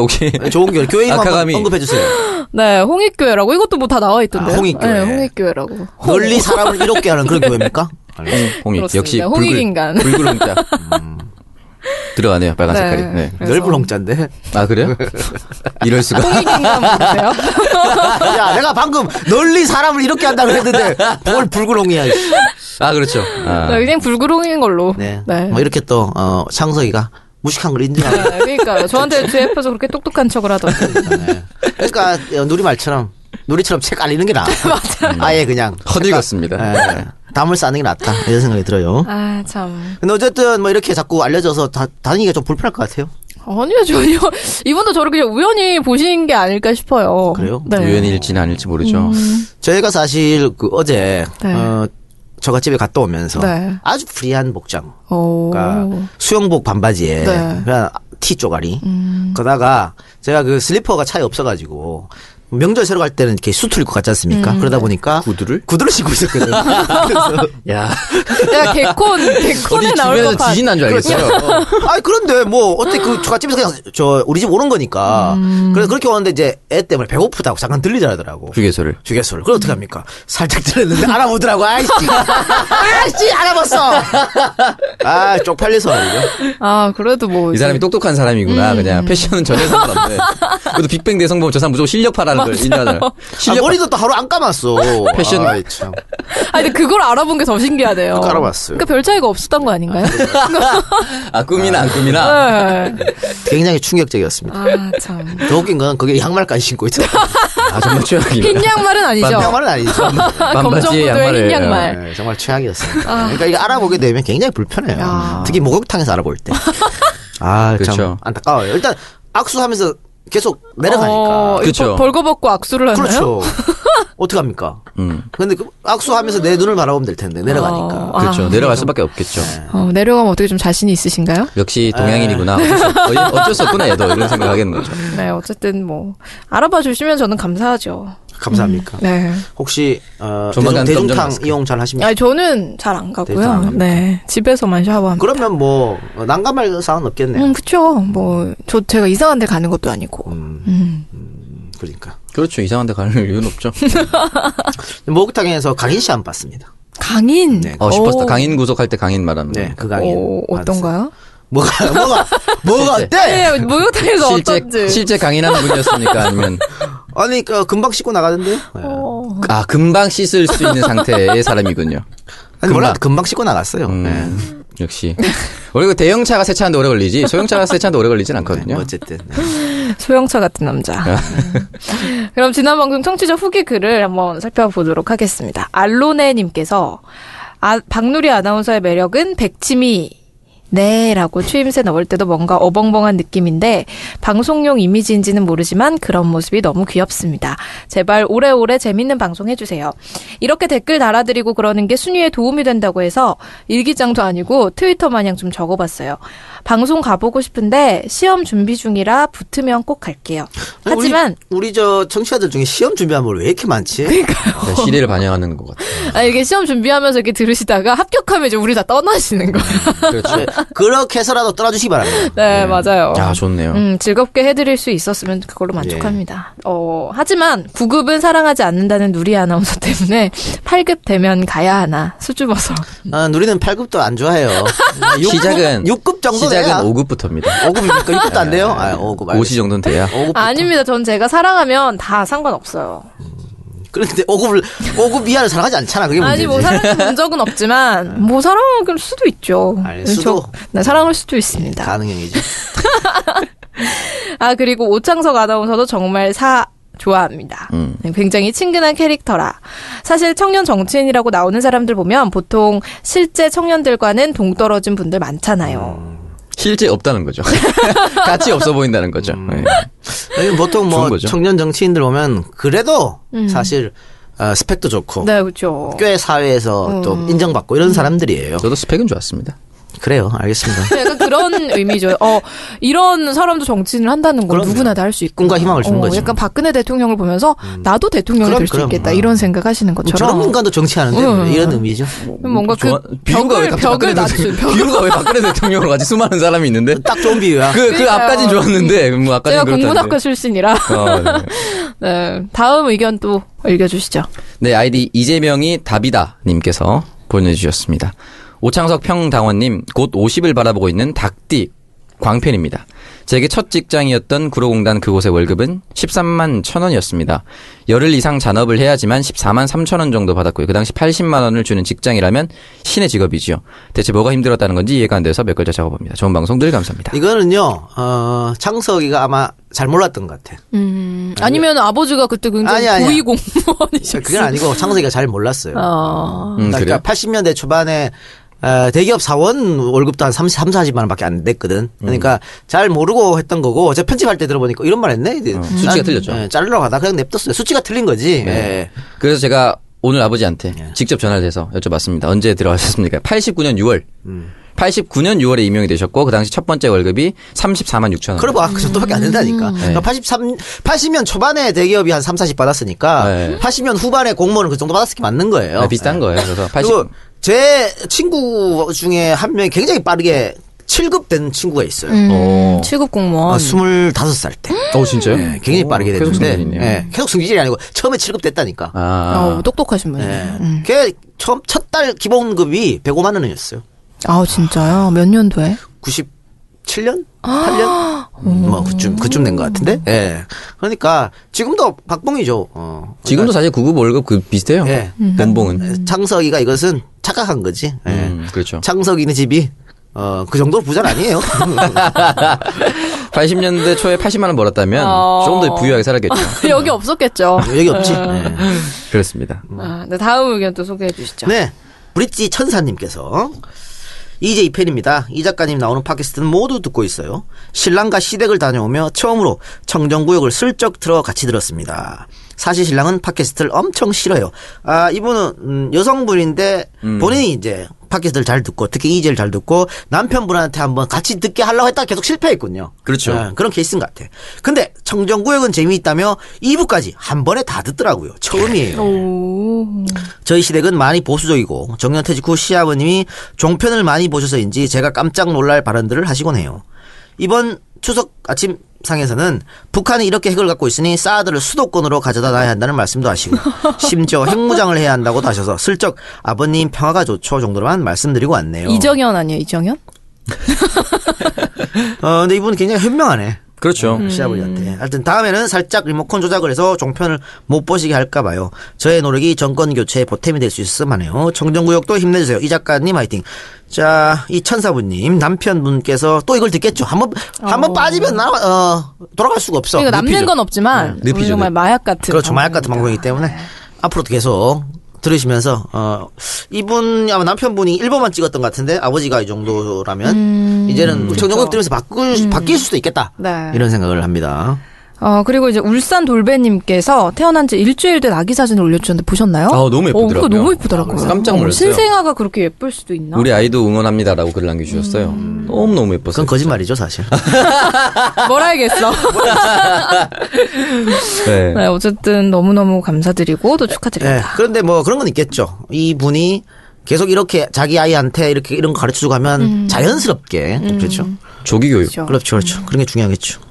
D: 혹시?
C: 좋은 교회. 교회 이름 한번
D: 아카가미.
C: 언급해주세요.
B: 네, 홍익교회라고 이것도 뭐 다 나와 있던데.
C: 아, 홍익교회.
B: 네, 홍익교회라고.
C: 널리 사람을 이롭게 하는 그런 교회입니까?
D: 홍익.
B: 그렇습니다.
D: 역시.
B: 홍익
D: 붉은-
B: 인간. 음.
D: 붉은 홍자. 들어가네요, 빨간
B: 네.
D: 색깔이. 네.
B: 그래서-
C: 넓은 홍자인데.
D: 아, 그래요? 이럴 수가.
B: 홍익인간 모르세요?
C: 야, 내가 방금 널리 사람을 이렇게 한다 그랬는데 뭘 붉은 홍이야. 이씨.
D: 아, 그렇죠. 아.
B: 네, 그냥 불구롱인 걸로.
C: 네.
B: 네.
C: 뭐 이렇게 또 어, 창석이가 무식한 걸
B: 네,
C: 인정하고.
B: 그러니까 저한테 제 옆에서 그렇게 똑똑한 척을 하던데.
C: 그러니까 네. 누리말처럼 놀이처럼 책 알리는 게 나아. 음. 아예 그냥.
D: 허들었습니다.
C: 예, 담을 싸는 게 낫다. 이런 생각이 들어요.
B: 아, 참.
C: 근데 어쨌든 뭐 이렇게 자꾸 알려져서 다, 다니기가 좀 불편할 것 같아요.
B: 아니요, 전혀. 이분도 저를 그냥 우연히 보신 게 아닐까 싶어요.
C: 그래요?
B: 네. 음.
D: 우연일지는 아닐지 모르죠.
C: 저희가 사실 그 어제
B: 네.
C: 어, 저가 집에 갔다 오면서
B: 네.
C: 아주 프리한 복장.
B: 오.
C: 그러니까 수영복 반바지에
B: 네. 음.
C: 그냥 티 쪼가리. 그러다가 제가 그 슬리퍼가 차에 없어가지고 명절 새로 갈 때는 이렇게 수트 입고
B: 음.
C: 갔지 않습니까? 그러다
B: 네.
C: 보니까
D: 구두를?
C: 구두를 신고 있었거든. 그래서
D: 야
B: 야, 개콘, 개콘에
D: 어디
B: 나올 것
D: 주변에서
B: 그렇죠. 같아.
D: 지진 난 줄 알겠어요.
C: 그렇죠. 아니 그런데 뭐 어때 그 저갓집에서 그냥 저 우리 집 오는 거니까
B: 음.
C: 그래서 그렇게 오는데 이제 애 때문에 배고프다고 잠깐 들리자 하더라고
D: 휴게소를
C: 휴게소를 그걸 어떻게 합니까 살짝 들렸는데 알아보더라고 아이씨 아이씨 알아봤어 아 쪽팔려서 말이죠
B: 아, 그래도 뭐.
D: 이 사람이
B: 이제-
D: 똑똑한
B: 음.
D: 사람이구나. 그냥 패션은 전혀 상관없네. 그것도 빅뱅 대성 보면 저 사람 무조건 실력파라는 걸 인정하잖아요.
C: 아,
D: 실력
C: 머리도 또 하루 안 감았어
D: 패션.
C: 아이, 참.
B: 아니, 근데 그걸 알아본 게 더 신기하대요.
C: 그거 알아봤어요.
B: 그러니까 별 차이가 없었던 거 아닌가요?
D: 아 꿈이나 안 꿈이나.
B: 네.
C: 굉장히 충격적이었습니다
B: 아, 참.
C: 더 웃긴 건 그게 양말까지 신고 있더라고
D: 아 정말
B: 흰
D: 최악입니다.
B: 양말은 아니죠.
C: 양말은 아니죠
D: 반바지에
B: 검정구두에 흰
D: 양말을.
B: 양말.
C: 네, 정말 최악이었습니다 그러니까 이거 알아보게 아. 되면 굉장히 불편해요
B: 야.
C: 특히 목욕탕에서 알아볼 때 아, 참
D: 그렇죠.
C: 안타까워요. 일단 악수하면서 계속 내려가니까.
B: 어, 이거
D: 그쵸.
B: 벌- 벌거벗고 악수를 하나요?
C: 그렇죠. 어떻게 합니까?
D: 음.
C: 근데 그 악수하면서 내 눈을 바라보면 될 텐데 내려가니까.
B: 어.
D: 그렇죠.
B: 아,
D: 내려갈 수밖에 없겠죠.
B: 어, 내려가면 어떻게 좀 자신이 있으신가요?
D: 역시 동양인이구나. 어쩔 수, 없- 어, 어쩔 수 없구나 얘도 이런 생각하겠는 거죠.
B: 네, 어쨌든 뭐 알아봐 주시면 저는 감사하죠.
C: 감사합니까?
B: 네.
C: 혹시 어,
D: 조만간
C: 대중,
D: 깜짝
C: 탕
D: 놀랐을
C: 이용 잘
D: 네.
C: 하십니까?
B: 아니 저는 잘 안
C: 대충 안
B: 가고요.
C: 합니다.
B: 네, 집에서만 샤워합니다.
C: 그러면 뭐 어, 난감할 사항은 없겠네요.
B: 음, 그쵸. 뭐, 저, 제가 이상한 데 가는 것도 아니고.
C: 음. 그러니까
D: 그렇죠. 이상한데 갈 이유는 없죠.
C: 목욕탕에서 강인 씨 한 번 봤습니다.
B: 강인.
C: 네.
D: 어 슈퍼스타
B: 오.
D: 강인 구속할 때 강인 말합니다.
C: 네, 그 강인.
B: 오, 어떤가요?
C: 봤어요. 뭐가 뭐가 뭐가
D: 실제.
C: 어때?
B: 네, 목욕탕에서
D: 실제
B: 어떤지.
D: 실제 강인하는 분이었습니까? 아니면
C: 아니 그 금방 씻고 나가던데. 요
D: 아 금방 씻을 수 있는 상태의 사람이군요.
C: 아니 몰라 금방 씻고 나갔어요.
D: 음,
C: 네.
D: 역시. 그리고 대형차가 세차하는데 오래 걸리지 소형차가 세차하는데 오래 걸리진 않거든요.
C: 뭐 어쨌든 네.
B: 소형차 같은 남자. 음. 그럼 지난 방송 청취자 후기 글을 한번 살펴보도록 하겠습니다. 알로네님께서 아, 박누리 아나운서의 매력은 백치미. 네, 라고 추임새 넣을 때도 뭔가 어벙벙한 느낌인데, 방송용 이미지인지는 모르지만 그런 모습이 너무 귀엽습니다. 제발 오래오래 재밌는 방송 해주세요. 이렇게 댓글 달아드리고 그러는 게 순위에 도움이 된다고 해서 일기장도 아니고 트위터 마냥 좀 적어봤어요. 방송 가보고 싶은데 시험 준비 중이라 붙으면 꼭 갈게요.
C: 아니, 어, 우리-
B: 하지만
C: 우리, 저 청취자들 중에 시험 준비한 분왜 이렇게 많지?
D: 약간 네, 시대를 반영하는 것 같아요.
B: 아, 이게 시험 준비하면서 이렇게 들으시다가 합격하면 이제 우리 다 떠나시는 거예요.
C: 네, 그렇게 해서라도 떠나주시기 바랍니다.
B: 네, 맞아요.
D: 야 좋네요.
B: 음, 즐겁게 해드릴 수 있었으면 그걸로 만족합니다.
C: 예.
B: 어, 하지만 9급은 사랑하지 않는다는 누리 아나운서 때문에 8급 되면 가야 하나 수줍어서.
C: 아, 누리는 8급도 안 좋아해요.
D: 시작은
C: 6급 정도
D: 시작은
C: 돼야.
D: 5급부터입니다.
C: 5급입니까? 6급도 안 돼요? 아, 5급.
D: 50 정도는 돼야.
C: 5급.
B: 아, 아닙니다. 전 제가 사랑하면 다 상관없어요.
C: 그런데 5급을, 5급 이하를 사랑하지 않잖아. 그게 문제지. 네.
B: 아니 뭐 사랑해본 적은 없지만 뭐 사랑할 수도 있죠.
C: 알 수도.
B: 네, 사랑할 수도 있습니다.
C: 가능형이죠.
B: 아 그리고 오창석 아나운서도 정말 사 좋아합니다.
D: 음.
B: 네, 굉장히 친근한 캐릭터라. 사실 청년 정치인이라고 나오는 사람들 보면 보통 실제 청년들과는 동떨어진 분들 많잖아요.
D: 실제 없다는 거죠. 가치 없어 보인다는 거죠.
C: 음.
D: 예.
C: 여기 보통 뭐
D: 좋은 거죠.
C: 청년 정치인들 보면 그래도 사실 어, 스펙도 좋고
B: 음. 네, 음. 그렇죠.
C: 꽤 사회에서 또 인정받고 이런 사람들이에요.
D: 저도 스펙은 좋았습니다.
C: 그래요. 알겠습니다.
B: 약간 그런 의미죠. 어, 이런 사람도 정치인을 한다는 건
C: 그럼요.
B: 누구나 다 할 수 있고.
C: 꿈과 희망을 주는
B: 어,
C: 거지. 음.
B: 약간 박근혜 대통령을 보면서 나도 대통령이
C: 그럼,
B: 될 수
C: 그럼.
B: 있겠다.
C: 어.
B: 이런 생각하시는
C: 저런
B: 것처럼.
C: 인간도 정치하는데
B: 음.
C: 이런 의미죠.
B: 뭔가 그
D: 좋아- 비유가 왜
B: 벽을 벽을
D: 갑자기 박근혜
B: 낮춘
D: 대통령-
B: 벽.
D: 비유가 왜 박근혜 대통령으로 같이 수많은 사람이 있는데
C: 딱 좋은 비유야.
D: 그 그
B: 그러니까요.
D: 앞까진 좋았는데 어, 뭐
B: 제가
D: 아까는
B: 공문학과 출신이라. 네, 다음 의견 또 읽어주시죠.
D: 네, 아이디 이재명이 답이다님께서 보내주셨습니다. 오창석 평당원님, 곧 50을 바라보고 있는 닭띠 광팬입니다. 제게 첫 직장이었던 구로공단 그곳의 월급은 13만 천 원이었습니다. 열흘 이상 잔업을 해야지만 14만 3천 원 정도 받았고요. 그 당시 80만 원을 주는 직장이라면 신의 직업이지요. 대체 뭐가 힘들었다는 건지 이해가 안 돼서 몇 글자 적어봅니다. 좋은 방송들 감사합니다.
C: 이거는요, 어, 창석이가 아마 잘 몰랐던 것 같아.
B: 음, 아니면 아버지가 그때 굉장히
C: 아니, 아니야.
B: 고위 공무원이셨어요.
C: 그건 아니고 창석이가 잘 몰랐어요.
B: 어.
D: 음,
C: 그러니까
D: 그래요?
C: 80년대 초반에 어, 대기업 사원 월급도 한 30, 30, 40만 원밖에 안 냈거든.
D: 음.
C: 그러니까 잘 모르고 했던 거고 제가 편집할 때 들어보니까 이런 말 했네.
D: 어, 수치가 틀렸죠.
C: 예,
D: 네.
C: 자르러 가다 그냥 냅뒀어요. 수치가 틀린 거지. 예.
D: 그래서 제가 오늘 아버지한테 직접 전화를 해서 여쭤봤습니다. 언제 들어가셨습니까? 89년 6월.
C: 음.
D: 89년 6월에 임용이 되셨고 그 당시 첫 번째 월급이 34만 6천 원.
C: 그러고 봐. 그 정도밖에 안 된다니까. 그러니까
D: 네.
C: 83, 80년 초반에 대기업이 한 3, 40 받았으니까
D: 네.
C: 80년 후반에 공무원은 그 정도 받았을 게 맞는 거예요.
D: 네, 비슷한
C: 예.
D: 거예요. 그래서 80.
C: 그리고 제 친구 중에 한 명이 굉장히 빠르게 7급 된 친구가 있어요.
D: 오.
B: 음, 7급 공무원.
C: 아, 25살 때.
D: 어 진짜요?
C: 예, 굉장히 빠르게
D: 계속
C: 됐는데
D: 승진이네요.
C: 예, 어, 계속 승진이 아니고 처음에 7급 됐다니까.
D: 아.
B: 아우, 어, 똑똑하신 분이에요.
C: 예. 걔 처음 첫 달 기본급이 105만 원이었어요.
B: 아 진짜요? 몇 년도에?
C: 97년? 8년? 뭐 그쯤 그쯤 된 것 같은데. 예. 그러니까 지금도 박봉이죠. 어.
D: 지금도
C: 그러니까
D: 사실 9급 월급 그 비슷해요.
C: 예.
D: 연봉은.
C: 창석이가 이것은 착각한 거지. 예.
D: 음, 그렇죠.
C: 창석이네 집이 어, 그 정도 부자는 아니에요.
D: 80년대 초에 80만 원 벌었다면
B: 어.
D: 조금 더 부유하게 살았겠죠.
B: 여기 없었겠죠.
D: 아, 네.
C: 여기 없지. 예.
D: 그렇습니다.
B: 아, 네, 다음 의견 또 소개해 주시죠.
C: 네. 브릿지 천사님께서 이제 이 팬입니다. 이 작가님 나오는 팟캐스트는 모두 듣고 있어요. 신랑과 시댁을 다녀오며 처음으로 청정구역을 슬쩍 들어 같이 들었습니다. 사실 신랑은 팟캐스트를 엄청 싫어요. 아 이분은 음, 여성분인데
D: 음.
C: 본인이 이제 팟캐스트를 잘 듣고 특히 이제를 잘 듣고 남편분한테 한번 같이 듣게 하려고 했다가 계속 실패했군요.
D: 그렇죠.
C: 아, 그런 케이스인 것 같아. 근데 청정구역은 재미있다며 2부까지 한 번에 다 듣더라고요.
D: 어,
C: 처음이에요.
B: 오.
C: 저희 시댁은 많이 보수적이고 정년퇴직 후 시아버님이 종편을 많이 보셔서인지 제가 깜짝 놀랄 발언들을 하시곤 해요. 이번 추석 아침 상에서는 북한이 이렇게 핵을 갖고 있으니 사드를 수도권으로 가져다 놔야 한다는 말씀도 하시고 심지어 핵무장을 해야 한다고도 하셔서 슬쩍 아버님 평화가 좋죠 정도로만 말씀드리고 왔네요.
B: 이정현 아니에요, 이정현?
C: 어, 근데 이분 굉장히 현명하네.
D: 그렇죠.
B: 음.
C: 시아버지한테. 하여튼 다음에는 살짝 리모컨 조작을 해서 종편을 못 보시게 할까 봐요. 저의 노력이 정권 교체에 보탬이 될 수 있음 하네요. 정정구역도 힘내주세요. 이 작가님 화이팅. 자, 이 천사부님 남편분께서 또 이걸 듣겠죠. 한번 한번 빠지면 나 어, 돌아갈 수가 없어.
B: 그러니까 남는
C: 늪이죠.
B: 건 없지만
D: 네, 늪이죠,
B: 정말
D: 늪.
B: 마약 같은
C: 그렇죠. 마약 같은 방송이기
B: 네.
C: 때문에 앞으로도 계속 들으시면서 어 이분 아마 남편분이 1번만 찍었던 것 같은데 아버지가 이 정도라면 이제는 정정구역 들으면서 바꾸, 바뀔 수도 있겠다.
B: 음. 네.
C: 이런 생각을 합니다.
B: 어, 그리고 이제 울산 돌배님께서 태어난 지 일주일 된 아기 사진을 올려주셨는데 보셨나요?
D: 아, 너무
B: 어, 그거
D: 예쁘더라고요.
B: 너무 예쁘더라고요.
D: 깜짝 놀랐어요.
B: 어, 신생아가 그렇게 예쁠 수도 있나?
D: 우리 아이도 응원합니다라고 글을 남겨주셨어요. 너무 너무 예뻤어요.
C: 음. 그건 거짓말이죠, 사실.
D: 아,
B: 뭘 알겠어.
D: 네.
B: 네, 어쨌든 너무너무 감사드리고 또
C: 예.
B: 축하드립니다.
C: 그런데 뭐 그런 건 있겠죠. 이 분이 계속 이렇게 자기 아이한테 이렇게 이런 거 가르쳐 주고 하면
D: 음.
C: 자연스럽게 그렇죠.
D: 조기 교육.
B: 그렇죠.
C: 그렇죠, 그렇죠. 그런 게 중요하겠죠.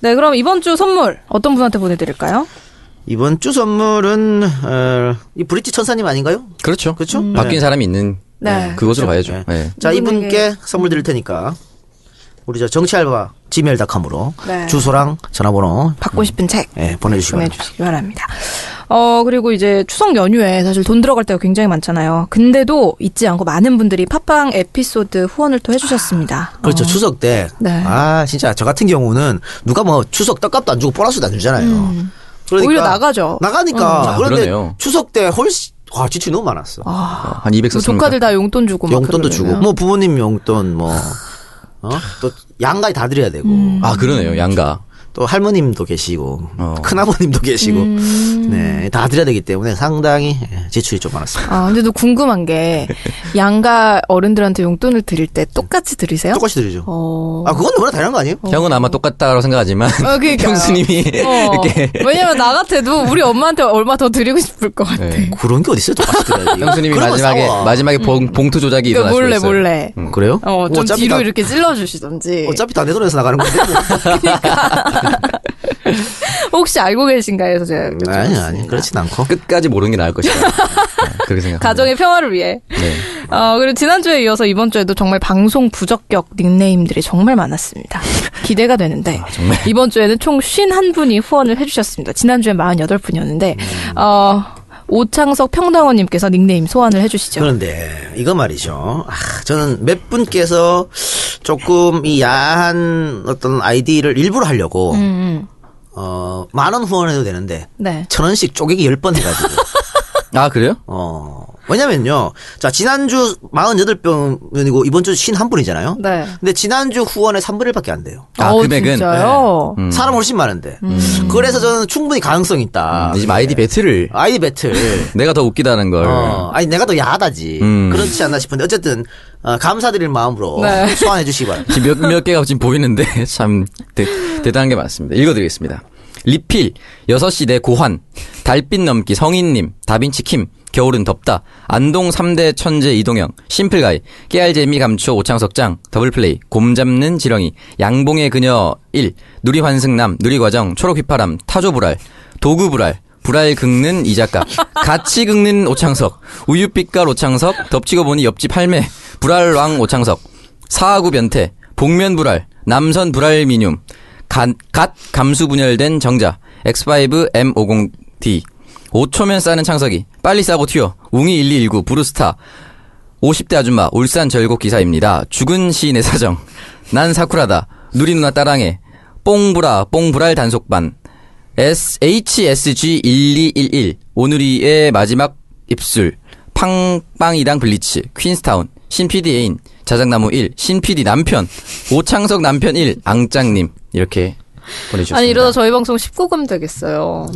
B: 네, 그럼 이번 주 선물 어떤 분한테 보내드릴까요?
C: 이번 주 선물은 어, 이 브릿지 천사님 아닌가요?
D: 그렇죠.
C: 그렇죠? 네.
D: 바뀐 사람이 있는
B: 음. 네.
D: 그곳으로
C: 예.
D: 가야죠. 네.
C: 자,
B: 이분에게.
C: 이분께 선물 드릴 테니까 우리 저 정치알바 gmail.com으로
B: 네.
C: 주소랑 전화번호
B: 받고 싶은 책.
C: 예, 보내주시면 됩니다.
B: 보내주시기 바랍니다. 어, 그리고 이제 추석 연휴에 사실 돈 들어갈 때가 굉장히 많잖아요. 근데도 잊지 않고 많은 분들이 팟빵 에피소드 후원을 또 해주셨습니다.
C: 그렇죠.
B: 어,
C: 추석 때.
B: 네.
C: 아, 진짜 저 같은 경우는 누가 뭐 추석 떡값도 안 주고 보너스도 안 주잖아요.
B: 음.
C: 그러니까
B: 오히려 나가죠. 음.
C: 나가니까.
D: 아,
C: 그런데
D: 그러네요.
C: 추석 때 훨씬, 와, 지출이 너무 많았어.
D: 어, 한 200석.
B: 뭐 조카들 다 용돈 주고 막
C: 용돈도
B: 그러잖아요.
C: 주고, 뭐 부모님 용돈, 뭐, 어? 또 양가에 다 드려야 되고,
B: 음.
D: 아 그러네요. 양가.
C: 또 할머님도 계시고,
D: 어.
C: 큰아버님도 계시고,
B: 음.
C: 네, 다 드려야 되기 때문에 상당히 예, 지출이 좀 많았어요.
B: 아, 근데 또 궁금한 게 양가 어른들한테 용돈을 드릴 때 똑같이 드리세요?
C: 똑같이 드리죠.
B: 어.
C: 아, 그건 너무나 당연한 거 아니에요?
D: 형은 아마 똑같다고 생각하지만
B: 어, 그러니까요.
D: 형수님이
B: 어.
D: 이렇게
B: 왜냐면 나 같아도 우리 엄마한테 얼마 더 드리고 싶을 것 같아.
D: 네.
C: 그런 게 어딨어요? 똑같이 드려야지.
D: 형수님이
C: 그러면
D: 마지막에
C: 싸워.
D: 마지막에 봉, 봉투 조작이
B: 그러니까
D: 일어날 수
B: 몰래
D: 있어요.
B: 몰래.
C: 음, 그래요?
B: 어, 좀
C: 어차피
B: 뒤로
C: 다- 예.
B: 이렇게 찔러주시던지.
C: 어차피 다 내 돈에서 나가는 건데. 뭐.
B: 혹시 알고 계신가요? 음, 해서
D: 음,
B: 제가 여쭤봤습니다.
C: 뭐. 아니 아니 그렇진 않고
D: 끝까지 모르는 게 나을 것이다. 네, 그렇게 생각합니다.
B: 가정의 평화를 위해.
D: 네.
B: 어, 그리고 지난주에 이어서 이번 주에도 정말 방송 부적격 닉네임들이 정말 많았습니다. 기대가 되는데.
D: 아, 정말.
B: 이번 주에는 총 51분이 후원을 해주셨습니다. 지난주에 48분이었는데,
D: 음.
B: 어, 오창석 평당원님께서 닉네임 소환을 해주시죠.
C: 그런데 이거 말이죠. 아, 저는 몇 분께서 조금 이 야한 어떤 아이디를 일부러 하려고 음. 어, 만 원 후원해도 되는데
B: 네.
C: 천 원씩 쪼개기 열 번 해가지고
D: 아 그래요?
C: 어 왜냐면요. 자 지난주 48병이고 이번 주 51분이잖아요.
B: 네.
C: 근데 지난주 후원의 3분의 1밖에 안 돼요.
D: 아,
B: 어,
D: 금액은? 네. 음,
B: 진짜요?
C: 사람 훨씬 많은데. 그래서 저는 충분히 가능성이 있다.
D: 지금 음. 아이디 배틀을
C: 네. 아이디 배틀.
D: 내가 더 웃기다는 걸.
C: 어, 아니 내가 더 야하다지
D: 네. 음.
C: 그렇지 않나 싶은데 어쨌든 어, 감사드릴 마음으로
B: 네.
C: 소환해 주시기 바랍니다.
D: 지금 몇, 몇 개가 지금 보이는데 참 대, 대단한 게 많습니다. 읽어드리겠습니다. 리필, 6시 내 고환, 달빛 넘기 성인님, 다빈치 킴, 겨울은 덥다, 안동 3대 천재 이동영, 심플가이, 깨알재미 감초 오창석장, 더블플레이, 곰 잡는 지렁이, 양봉의 그녀 1, 누리환승남, 누리과정, 초록휘파람, 타조불알, 도구불알, 불알 긁는 이 작가, 같이 긁는 오창석, 우유빛깔 오창석, 덮치고 보니 옆집 할매, 불알왕 오창석, 사하구 변태, 복면 불알, 남선 불알 미늄, 갓, 갓 감수 분열된 정자, X5 M50D, 5초면 싸는 창석이, 빨리 싸고 튀어, 웅이1219, 브루스타, 50대 아줌마, 울산 절곡 기사입니다. 죽은 시인의 사정, 난 사쿠라다, 누리 누나 따랑해, 뽕브라, 뽕브랄 단속반, SHSG1211, 오누리의 마지막 입술, 팡빵이랑 블리츠, 퀸스타운, 신PD 애인, 자작나무 1, 신PD 남편, 오창석 남편 1, 앙짱님. 이렇게 보내주셨습니다.
B: 아니, 이러다 저희 방송 19금 되겠어요.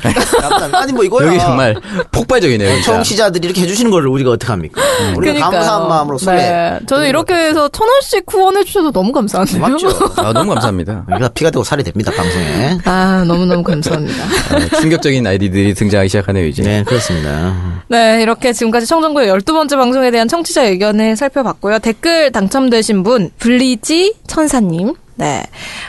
C: 감사합니다. 아니 뭐 이거야.
D: 네. 여기 정말 폭발적이네요. 진짜. 음.
C: 청취자들이 이렇게 해주시는 걸 우리가 어떻게 합니까? 우리가
B: 그러니까요.
C: 감사한 마음으로 소개.
B: 네. 저는 이렇게 해서 천 원씩 후원해주셔도 너무 감사한데요?
C: 맞죠.
D: 아, 너무 감사합니다.
C: 우리가 피가 되고 살이 됩니다 방송에.
B: 아, 너무너무 감사합니다.
D: 아, 충격적인 아이디들이 등장하기 시작하네요, 이제.
C: 네 그렇습니다.
B: 네, 이렇게 지금까지 청정구의 12번째 방송에 대한 청취자 의견을 살펴봤고요. 댓글 당첨되신 분, 블리지 천사님. 네.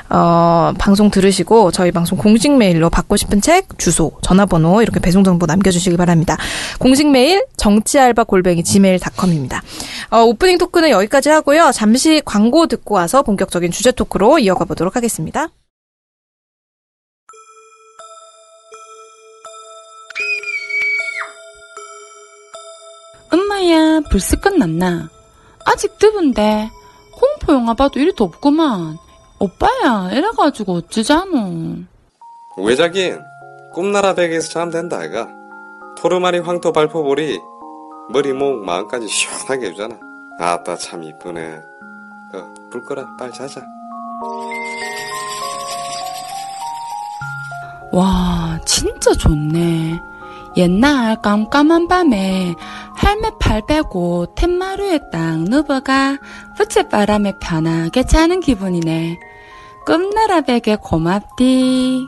B: 어, 방송 들으시고 저희 방송 공식 메일로 받고 싶은 책, 주소, 전화번호 이렇게 배송 정보 남겨주시기 바랍니다. 공식 메일 정치알바 골뱅이 gmail.com입니다. 어, 오프닝 토크는 여기까지 하고요. 잠시 광고 듣고 와서 본격적인 주제 토크로 이어가 보도록 하겠습니다.
E: 엄마야 벌써 끝났나? 아직 드문데 공포 영화 봐도 이리 덥구만 오빠야 이래가지고 어쩌자노
F: 외자긴 꿈나라 백에서 자면 된다 아이가 토르마리 황토 발포볼이 머리 목 마음까지 시원하게 해주잖아 아따 참 이쁘네 어, 불 끄라 빨리 자자
E: 와 진짜 좋네 옛날 깜깜한 밤에 할매 팔 빼고 텐마루에 딱 누버가 부채바람에 편하게 자는 기분이네 꿈나라 베개 고맙디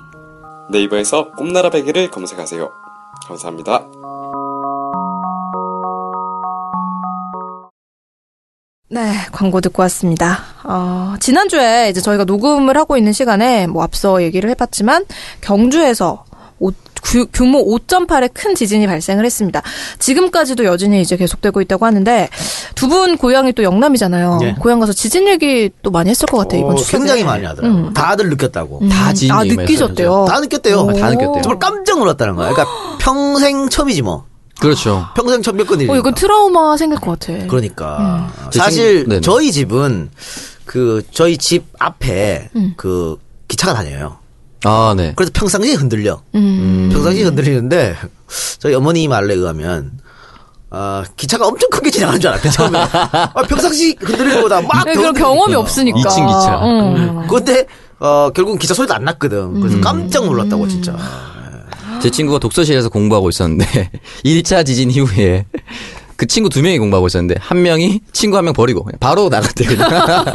F: 네이버에서 꿈나라 백이를 검색하세요 감사합니다
B: 네, 광고 듣고 왔습니다. 어, 지난주에 이제 저희가 녹음을 하고 있는 시간에 뭐 앞서 얘기를 해봤지만 경주에서 오- 규, 규모 5.8의 큰 지진이 발생을 했습니다. 지금까지도 여진이 이제 계속되고 있다고 하는데 두 분 고향이 또 영남이잖아요.
C: 예.
B: 고향 가서 지진 얘기 또 많이 했을 것 같아요 네, 이번 음.
C: 어,
B: 추석에.
C: 굉장히 많이 하더라고. 요 다들 느꼈다고.
D: 다 지인
B: 아
D: 얘기만
B: 느끼셨대요.
C: 다 느꼈대요.
D: 다 느꼈대요.
C: 정말 깜짝 놀랐다는 거야. 그러니까 평생 처음이지 뭐.
D: 그렇죠.
C: 평생 처음 겪은 일이.
B: 어 이건 트라우마 생길 것 같아.
C: 그러니까
B: 음.
D: 제
C: 사실
D: 친구- 네네.
C: 저희 집은 그 저희 집 앞에
B: 음.
C: 그 기차가 다녀요.
D: 아, 네.
C: 그래서 평상시에 흔들려.
B: 음.
C: 평상시에 흔들리는데 저희 어머니 말에 의하면 아 기차가 엄청 크게 지나가는 줄 알았대 처음에. 아, 평상시 흔들리는 거보다 막.
B: 네,
C: 더
B: 그런 경험이 없으니까. 음.
D: 이층 기차.
C: 음.
B: 응.
C: 그런데 어 결국 기차 소리도 안 났거든.
B: 음.
C: 그래서 깜짝 놀랐다고 진짜.
B: 그-
D: 제 친구가 독서실에서 공부하고 있었는데 1차 지진 이후에 그 친구 두 명이 공부하고 있었는데 한 명이 친구 한 명 버리고 그냥 바로 나갔대요. 그냥.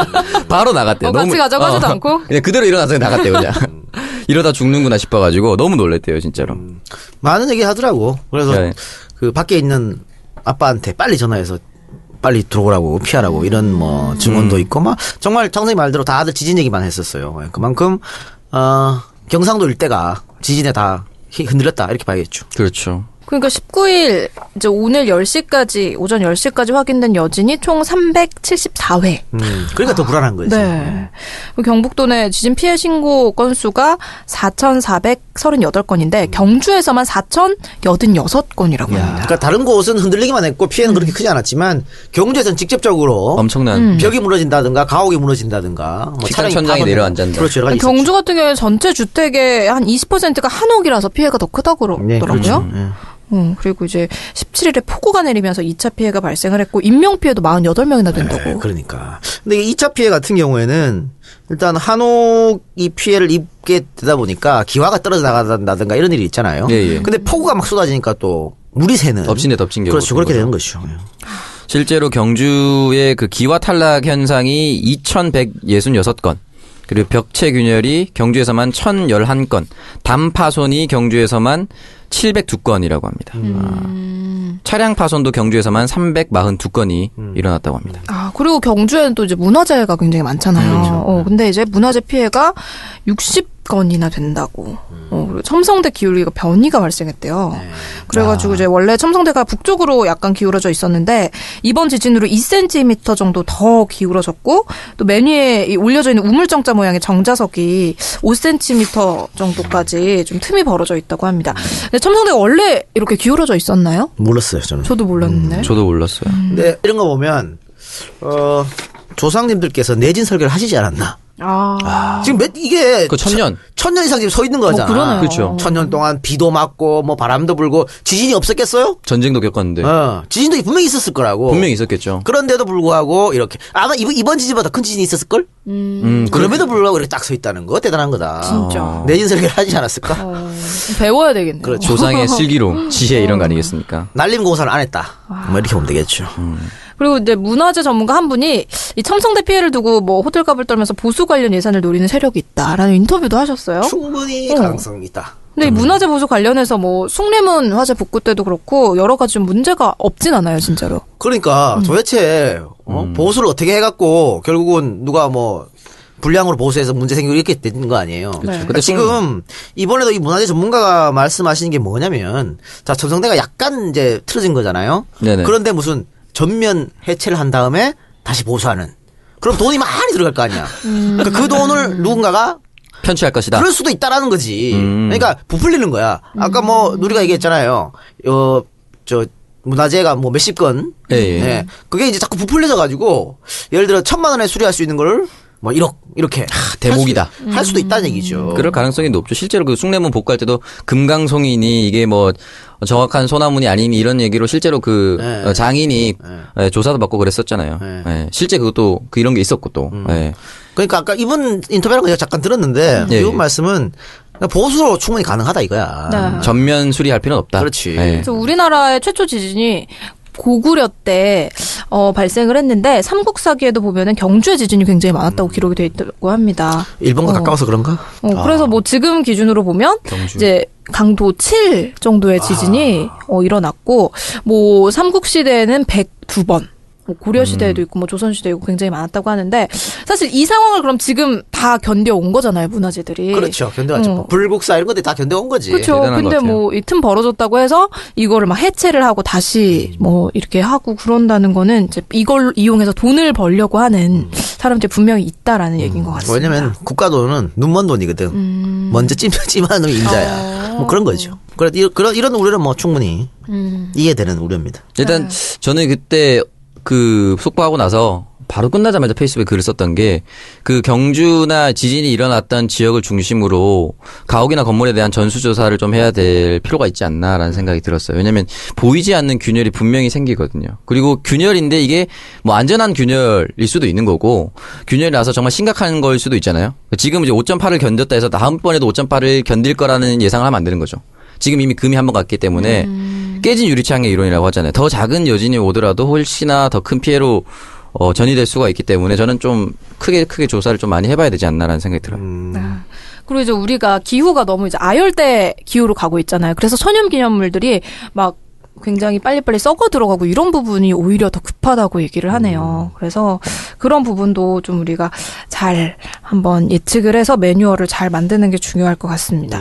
D: 바로 나갔대요.
B: 어, 같이 가자고 하지도 않고?
D: 그냥 그대로 일어나서 그냥 나갔대요. 그냥 이러다 죽는구나 싶어가지고 너무 놀랬대요 진짜로.
B: 음.
C: 많은 얘기 하더라고. 그래서
D: 네.
C: 그 밖에 있는 아빠한테 빨리 전화해서 빨리 들어오라고
D: 음.
C: 피하라고 이런 뭐 증언도 있고 막 정말 장선이 말대로 다들 지진 얘기만 했었어요. 예, 그만큼 어, 경상도 일대가 지진에 다 히- 흔들렸다 이렇게 봐야겠죠.
D: 그렇죠.
B: 그러니까 19일 이제 오늘 10시까지 오전 10시까지 확인된 여진이 총 374회.
C: 음, 그러니까 더 불안한 거지.
B: 네. 경북도 내 지진 피해 신고 건수가 4,438건인데 경주에서만 4,086건이라고
C: 음.
D: 음.
C: 야,
B: 합니다.
C: 그러니까 다른 곳은 흔들리기만 했고 피해는 그렇게 크지 않았지만 경주에서는
B: 어?
C: 직접적으로
D: 엄청난
B: 음.
C: 벽이 무너진다든가 가옥이 무너진다든가 뭐
D: 직접
C: 차량이
D: 천장에
C: 파손되는-
D: 내려앉는다.
C: 그렇죠. 여러 가지
B: 경주 같은 경우에 전체 주택의 한 20%가 한옥이라서 피해가 더 크다고
C: 네,
B: 그러더라고요. 음, 그리고 이제 17일에 폭우가 내리면서 2차 피해가 발생을 했고 인명피해도 48명이나 된다고.
C: 있었죠. 네, 그러니까. 근데 이 2차 피해 같은 경우에는 일단 한옥이 피해를 입게 되다 보니까 기와가 떨어져 나간다든가 이런 일이 있잖아요.
D: 예, 예.
C: 근데 폭우가 막 쏟아지니까 또 물이 새는
D: 덮친 데 덮친 경우가
C: 그렇죠. 그렇게
D: 되는
C: 되는 것이죠.
D: 실제로 경주의 그 기와 탈락 현상이 2,166건. 그리고 벽체 균열이 경주에서만 1,011건, 담 파손이 경주에서만 702건이라고 합니다.
B: 음.
D: 아, 차량 파손도 경주에서만 342건이 일어났다고 합니다.
B: 아, 그리고 경주에는 또 이제 문화재가 굉장히 많잖아요. 어, 근데 이제 문화재 피해가 60건이나 된다고. 어, 그리고 첨성대 기울기가 변이가 발생했대요. 그래가지고 이제 원래 첨성대가 북쪽으로 약간 기울어져 있었는데 이번 지진으로 2cm 정도 더 기울어졌고 또 맨 위에 이 올려져 있는 우물정자 모양의 정자석이 5cm 정도까지 좀 틈이 벌어져 있다고 합니다. 근데 첨성대가 원래 이렇게 기울어져 있었나요?
C: 몰랐어요, 저는.
B: 저도 몰랐는데.
D: 음, 저도 몰랐어요.
B: 음.
C: 근데 이런 거 보면 어 조상님들께서 내진 설계를 하시지 않았나.
B: 아.
C: 지금 몇 이게
D: 그 천년.
C: 천, 년 이상 지금 서 있는 거잖아.
B: 뭐 그러네요.
D: 그렇죠.
C: 천년 동안 비도 맞고 뭐 바람도 불고 지진이 없었겠어요?
D: 전쟁도 겪었는데
B: 아,
C: 어, 지진도 분명히 있었을
B: 뭐.
C: 거라고.
D: 네. 분명히 있었겠죠.
C: 그런데도 불구하고 이렇게 아마 이번, 이번 지진보다 큰 지진이 있었을 걸?
D: 음,
C: 그럼에도 불구하고 이렇게 딱 서 있다는 거 대단한 거다.
B: 그렇죠. 진짜. 네. 어.
C: 어. 내진 설계를 하지 않았을까?
B: 배워야 되겠네요.
C: 그렇죠.
D: 아. 조상의 슬기로움, 지혜 이런 거 아니겠습니까?
B: 어.
C: 날림 공사를 안 했다. 뭐 이렇게 보면 되겠죠.
B: 그리고 이제 문화재 전문가 한 분이 이 첨성대 피해를 두고 뭐 호들갑을 떨면서 보수 관련 예산을 노리는 세력이 있다라는 인터뷰도 하셨어요.
C: 충분히
B: 어.
C: 가능성이 있다.
B: 근데 이 문화재 보수 관련해서 뭐 숭례문 화재 복구 때도 그렇고 여러 가지 좀 문제가 없진 않아요, 진짜로.
C: 그러니까 도대체 어? 보수를 어떻게 해갖고 결국은 누가 뭐 불량으로 보수해서 문제 생기고 이렇게 되는 거 아니에요. 그러니까
D: 근데
C: 지금 이번에도 이 문화재 전문가가 말씀하시는 게 뭐냐면 자 전성대가 약간 이제 틀어진 거잖아요.
D: 네네.
C: 그런데 무슨 전면 해체를 한 다음에 다시 보수하는 그럼 돈이 많이 들어갈 거 아니야. 그러니까 그 돈을 누군가가
D: 편취할 것이다.
C: 그럴 수도 있다라는 거지.
D: 음.
C: 그러니까 부풀리는 거야. 아까 뭐 누리가 얘기했잖아요. 어, 저 문화재가 뭐 몇십 건.
D: 예, 예.
C: 예. 그게 이제 자꾸 부풀려져 가지고 예를 들어 천만 원에 수리할 수 있는 거를 뭐 1억 이렇게
D: 대목이다. 음.
C: 할, 수, 할 수도 있다는 얘기죠.
D: 그럴 가능성이 높죠. 실제로 그 숭례문 복구할 때도 금강송이니 이게 뭐 정확한 소나무니 아니니 이런 얘기로 실제로 그
C: 네.
D: 어, 장인이 예, 조사도 받고 그랬었잖아요.
C: 네.
D: 예, 실제 그것도 그 이런 게 있었고 또 예.
C: 그러니까 아까 이분 인터뷰를 제가 잠깐 들었는데
D: 예,
C: 이분
D: 예.
C: 말씀은 보수로 충분히 가능하다 이거야.
D: 네. 전면 수리할 필요는 없다.
C: 그렇지.
D: 예.
B: 그래서 우리나라의 최초 지진이 고구려 때 어, 발생을 했는데 삼국사기에도 보면은 경주의 지진이 굉장히 많았다고 기록이 돼 있다고 합니다.
C: 일본과
B: 어.
C: 가까워서 그런가?
D: 아.
B: 어, 그래서 뭐 지금 기준으로 보면
D: 경주.
B: 이제 강도 7 정도의 지진이
D: 아.
B: 어, 일어났고 뭐 삼국 시대에는 102번 뭐 고려
D: 음.
B: 시대에도 있고 뭐 조선 시대에 있고 굉장히 많았다고 하는데 사실 이 상황을 그럼 지금 다 견뎌온 거잖아요 문화재들이
C: 그렇죠. 견뎌왔죠.
B: 어.
C: 불국사 이런 것들 다 견뎌온 거지.
B: 그렇죠.
D: 대단한
B: 근데
D: 것 같아요.
B: 뭐 이 틈 벌어졌다고 해서 이거를 막 해체를 하고
D: 음.
B: 다시 뭐 이렇게 하고 그런다는 거는 이제 이걸 이용해서 돈을 벌려고 하는
D: 음.
B: 사람들이 분명히 있다라는 얘기인 것 같습니다. 음.
C: 왜냐면 국가 돈은 눈먼 돈이거든. 먼저 찜, 찜하는 놈이
B: 어.
C: 임자야. 뭐 그런 거죠. 그래, 이- 그런, 이런 우려는 뭐 충분히
B: 음.
C: 이해되는 우려입니다.
D: 일단 저는 그때 그 속보하고 나서 바로 끝나자마자 페이스북에 글을 썼던 게 그 경주나 지진이 일어났던 지역을 중심으로 가옥이나 건물에 대한 전수조사를 좀 해야 될 필요가 있지 않나라는 생각이 들었어요. 왜냐면 보이지 않는 균열이 분명히 생기거든요. 그리고 균열인데 이게 뭐 안전한 균열일 수도 있는 거고 균열이 나서 정말 심각한 걸 수도 있잖아요. 지금 이제 5.8을 견뎠다 해서 다음번에도 5.8을 견딜 거라는 예상을 하면 안 되는 거죠. 지금 이미 금이 한 번 갔기 때문에 깨진 유리창의 이론이라고 하잖아요. 더 작은 여진이 오더라도 훨씬나 더 큰 피해로 어, 전이될 수가 있기 때문에 저는 좀 크게 크게 조사를 좀 많이 해봐야 되지 않나라는 생각이 들어요.
B: 네. 그리고 이제 우리가 기후가 너무 이제 아열대 기후로 가고 있잖아요. 그래서 천연기념물들이 막 굉장히 빨리빨리 썩어 들어가고 이런 부분이 오히려 더 급하다고 얘기를 하네요. 그래서 그런 부분도 좀 우리가 잘 한번 예측을 해서 매뉴얼을 잘 만드는 게 중요할 것 같습니다.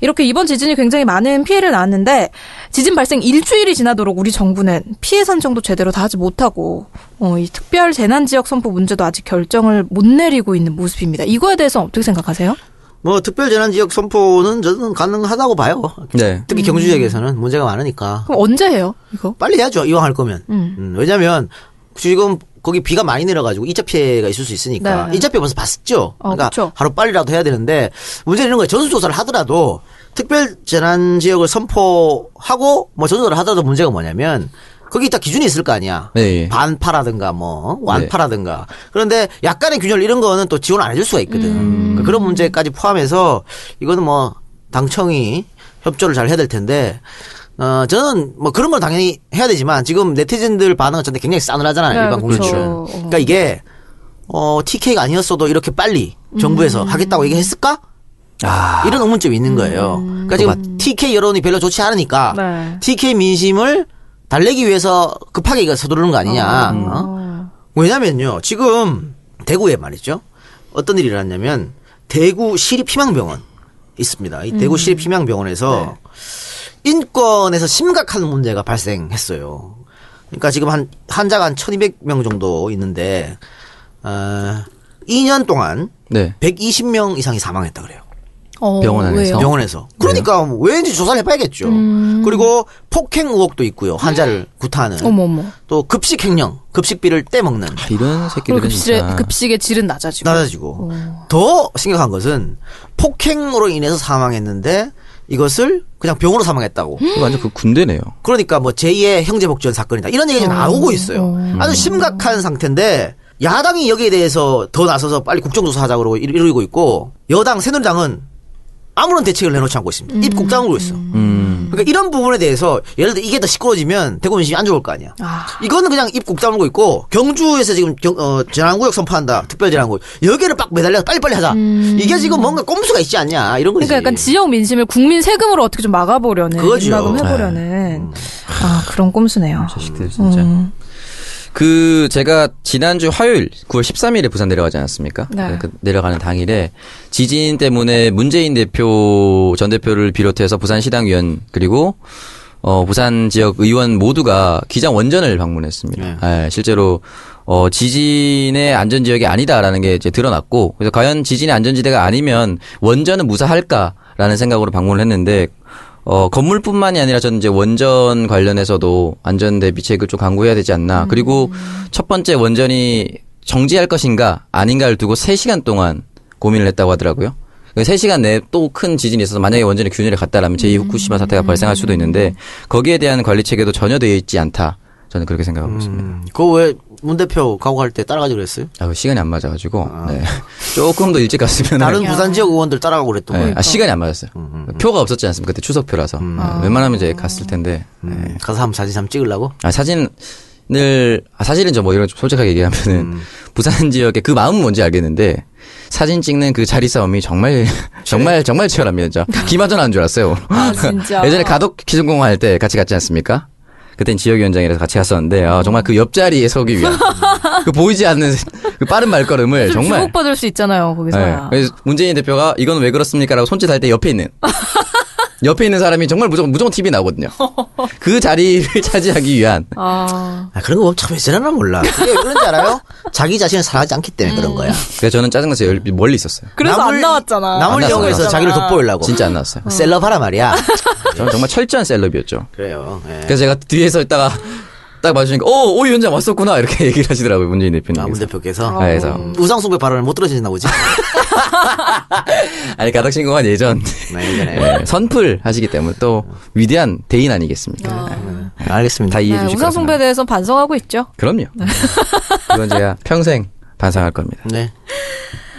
B: 이렇게 이번 지진이 굉장히 많은 피해를 낳았는데 지진 발생 일주일이 지나도록 우리 정부는 피해 산정도 제대로 다 하지 못하고 어, 이 특별 재난 지역 선포 문제도 아직 결정을 못 내리고 있는 모습입니다. 이거에 대해서 어떻게 생각하세요?
C: 뭐 특별재난지역 선포는 저는 가능하다고 봐요.
D: 네.
B: 음.
C: 특히 경주 지역에서는 문제가 많으니까
B: 그럼 언제 해요? 이거?
C: 빨리 해야죠. 이왕 할 거면.
B: 음.
C: 음, 왜냐하면 지금 거기 비가 많이 내려가지고 이차 피해가 있을 수 있으니까
B: 네.
C: 이차 피해 벌써 봤었죠.
B: 어,
C: 그러니까
B: 그쵸.
C: 하루 빨리라도 해야 되는데 문제는 이런 거예요. 전수조사를 하더라도 특별 재난 지역을 선포하고 뭐 전수조사를 하더라도 문제가 뭐냐면 거기 다 기준이 있을 거 아니야.
D: 네, 예.
C: 반파라든가 뭐 완파라든가
B: 네.
C: 그런데 약간의 균열 이런 거는 또 지원 안 해줄 수가 있거든.
B: 음.
C: 그러니까 그런 문제까지 포함해서 이거는 뭐 당청이 협조를 잘 해야 될 텐데. 어, 저는 뭐 그런 걸 당연히 해야 되지만 지금 네티즌들 반응은 저한테 굉장히 싸늘하잖아요.
B: 네,
C: 일반
B: 그렇죠.
C: 국민들은.
B: 어.
C: 그러니까 이게 어, TK가 아니었어도 이렇게 빨리 정부에서
B: 음.
C: 하겠다고 얘기했을까?
B: 아.
C: 이런 의문점이 있는 거예요. 그러니까 지금 TK 여론이 별로 좋지 않으니까
B: 네.
C: TK 민심을 달래기 위해서 급하게 이거 서두르는 거 아니냐. 어? 왜냐면요. 지금 대구에 말이죠. 어떤 일이 일어났냐면 대구 시립 희망병원 있습니다. 이 대구 시립 희망병원에서 인권에서 심각한 문제가 발생했어요. 그러니까 지금 한 환자가 한 1200명 정도 있는데 어 2년 동안
D: 네.
C: 120명 이상이 사망했다 그래요.
B: 어,
D: 병원 안에서.
B: 왜요?
D: 병-
C: 병원에서. 그러니까 왠지 조사를 해봐야겠죠. 그리고 폭행 의혹도 있고요. 환자를 구타하는.
B: 어머 어머.
C: 또 급식 행령, 급식비를 떼먹는.
D: 아, 이런
B: 어, 그리고
D: 새끼들은
B: 급실에
D: 진짜.
B: 급식의 질은 낮아지고.
C: 낮아지고. 더 심각한 것은 폭행으로 인해서 사망했는데 이것을 그냥 병으로 사망했다고.
D: 이거 완전 그 군대네요.
C: 그러니까 뭐 제2의 형제복지원 사건이다. 이런 얘기가 나오고 있어요. 아주 심각한 상태인데 야당이 여기에 대해서 더 나서서 빨리 국정조사하자고 그러고 이러- 이러고 있고 여당 새누리당은 아무런 대책을 내놓지
B: 음.
C: 않고 있습니다. 입국 다물고 있어. 그러니까 이런 부분에 대해서 예를 들어 이게 더 시끄러워지면 대구 민심이 안 좋을 거 아니야. 이거는 그냥 입국 다물고 있고 경주에서 지금 경- 어, 재난구역 선포한다. 특별재난구역. 여기를 빡 매달려 빨리빨리 하자. 이게 지금 뭔가 꼼수가 있지 않냐. 이런
B: 음.
C: 거지.
B: 그러니까 약간 지역 민심을 국민 세금으로 어떻게 좀 막아보려는
C: 그거죠.
D: 네.
B: 막음 해보려는 아 음. 그런 꼼수네요.
D: 자식들 진짜. 그 제가 지난주 화요일 9월 13일에 부산 내려가지 않았습니까?
B: 네.
D: 그 내려가는 당일에 지진 때문에 문재인 대표 전 대표를 비롯해서 부산 시당 위원 그리고 어 부산 지역 의원 모두가 기장 원전을 방문했습니다. 예, 실제로 어 지진의 안전 지역이 아니다라는 게 이제 드러났고 그래서 과연 지진의 안전지대가 아니면 원전은 무사할까라는 생각으로 방문을 했는데 어, 건물뿐만이 아니라 저는 이제 원전 관련해서도 안전 대비책을 좀 강구해야 되지 않나.
C: 음.
D: 그리고 첫 번째 원전이 정지할 것인가 아닌가를 두고 3시간 동안 고민을 했다고 하더라고요. 그러니까 3시간 내에 또 큰 지진이 있어서 만약에 원전이 균열에 갔다라면
C: 음.
D: 제2후쿠시마 사태가 발생할 수도 있는데 거기에 대한 관리 체계도 전혀 되어 있지 않다. 저는 그렇게 생각하고 있습니다.
C: 그거 왜 문 대표 가고갈 때 따라가지고 그랬어요?
D: 아, 시간이 안 맞아가지고 네. 조금 더 일찍 갔으면
C: 다른 부산 지역 의원들 따라가고 그랬던
D: 네.
C: 거예요.
D: 아, 시간이 안 맞았어요. 표가 없었지 않습니까? 그때 추석표라서 네. 웬만하면 이제 갔을 텐데 네.
C: 음, 가서 한번 사진 한번 찍으려고?
D: 아, 사진을, 아, 사실은 저 뭐 이런 좀 솔직하게 얘기하면은,
B: 음.
D: 부산 지역의 그 마음은 뭔지 알겠는데, 사진 찍는 그 자리 싸움이 정말, 정말, 정말 치열합니다, 진짜. 기마전 하는 줄 알았어요.
B: 네. 아, 진짜?
D: 예전에 가덕 기준공원 할 때 같이 갔지 않습니까? 그땐 지역위원장이라서 같이 갔었는데, 아, 정말 그 옆자리에 서기 위한, 그 보이지 않는 그 빠른 말걸음을
B: 좀
D: 정말.
B: 주목받을 수 있잖아요
D: 네.
B: 거기서야.
D: 그래서 문재인 대표가 이건 왜 그렇습니까라고 손짓할 때 옆에 있는 옆에 있는 사람이 정말 무조건 무조건 TV 나오거든요. 그 자리를 차지하기 위한
B: 아
C: 아, 그런 거 보면 참 예전에는 몰라. 그게 왜 그런지 알아요? 자기 자신을 사랑하지 않기 때문에 그런 거야.
D: 그래서 저는 짜증나서 열- 멀리 있었어요.
B: 그래서
C: 남을-
B: 안 나왔잖아. 음.
C: 남을
D: 안
C: 이용해서
D: 나왔어요.
C: 자기를 돋보이려고.
D: 진짜 안 나왔어요.
C: 셀럽하라 말이야.
D: 저는 정말 철저한 셀럽이었죠.
B: 네.
C: 그래요. 예.
D: 그래서 제가 뒤에서 있다가 딱 마주니까 "어, 오, 오 위원장 왔었구나 이렇게 얘기를 하시더라고요 문재인 대표님.
C: 아문 대표께서.
D: 아, 그래서
C: 음, 우상숭배 발언을 못 들으셨나 보지.
D: 아니 가덕 신공한 예전
C: 네, 예전에.
D: 예, 선풀 하시기 때문에 또 위대한 대인 아니겠습니까?
C: 네, 알겠습니다.
D: 다 이해해
B: 네,
D: 주시고
B: 우상 숭배에 대해서 반성하고 있죠.
D: 그럼요. 이건 제가 평생 반성할 겁니다.
C: 네.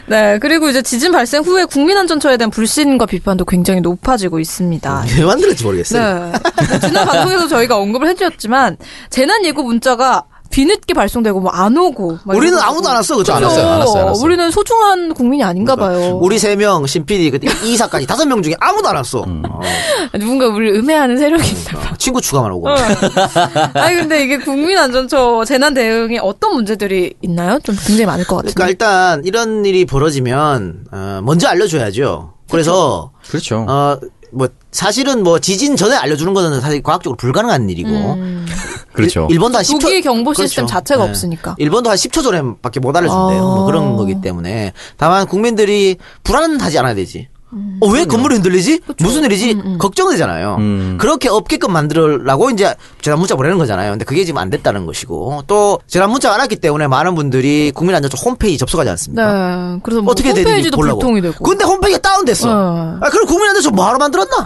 B: 네 그리고 이제 지진 발생 후에 국민안전처에 대한 불신과 비판도 굉장히 높아지고 있습니다.
C: 왜 만들었지 모르겠어요.
B: 뭐 네. 지난 방송에서 저희가 언급을 해주셨지만 재난 예고 문자가 뒤늦게 발송되고 뭐 안 오고. 막
C: 우리는
B: 이래가지고.
C: 아무도 안 왔어, 그죠?
D: 안 왔어요, 안 왔어요, 안 왔어요.
B: 우리는 소중한 국민이 아닌가 봐요.
C: 우리 세 명, 신 PD, 그때 이사까지 다섯 명 중에 아무도 안 왔어.
D: 음.
C: 어,
B: 누군가 우리 를 음해하는 세력이 있나 봐.
C: 친구 추가만 오고.
B: 아니 근데 이게 국민안전처 재난 대응에 어떤 문제들이 있나요? 좀 굉장히 많을 것 같은데.
C: 그러니까 일단 이런 일이 벌어지면 어, 먼저 알려줘야죠. 그래서
D: 그렇죠.
C: 어, 뭐 사실은 뭐 지진 전에 알려주는 거는 사실 과학적으로 불가능한 일이고
D: 그렇죠.
C: 일- 일본도 한 10초
B: 음.
C: 그렇죠. 네.
B: 독일 경보 시스템 자체가 없으니까.
C: 일본도 한 10초 전에밖에 못 알려준대요. 뭐
B: 아.
C: 그런 거기 때문에 다만 국민들이 불안하지 않아야 되지. 어, 왜 건물이 흔들리지? 무슨 일이지?
B: 음,
C: 걱정되잖아요.
D: 음.
C: 그렇게 없게끔 만들라고 이제 재난 문자 보내는 거잖아요. 근데 그게 지금 안 됐다는 것이고 또 재난 문자가 안 왔기 때문에 많은 분들이 국민안전처 홈페이지 접속하지 않습니까?
B: 네. 그래서 뭐
C: 어떻게 되는지
B: 홈페이지도
C: 보려고.
B: 불통이 되고.
C: 근데 홈페이지가 다운됐어.
B: 어.
C: 아, 그럼 국민한테서 뭐하러 만들었나?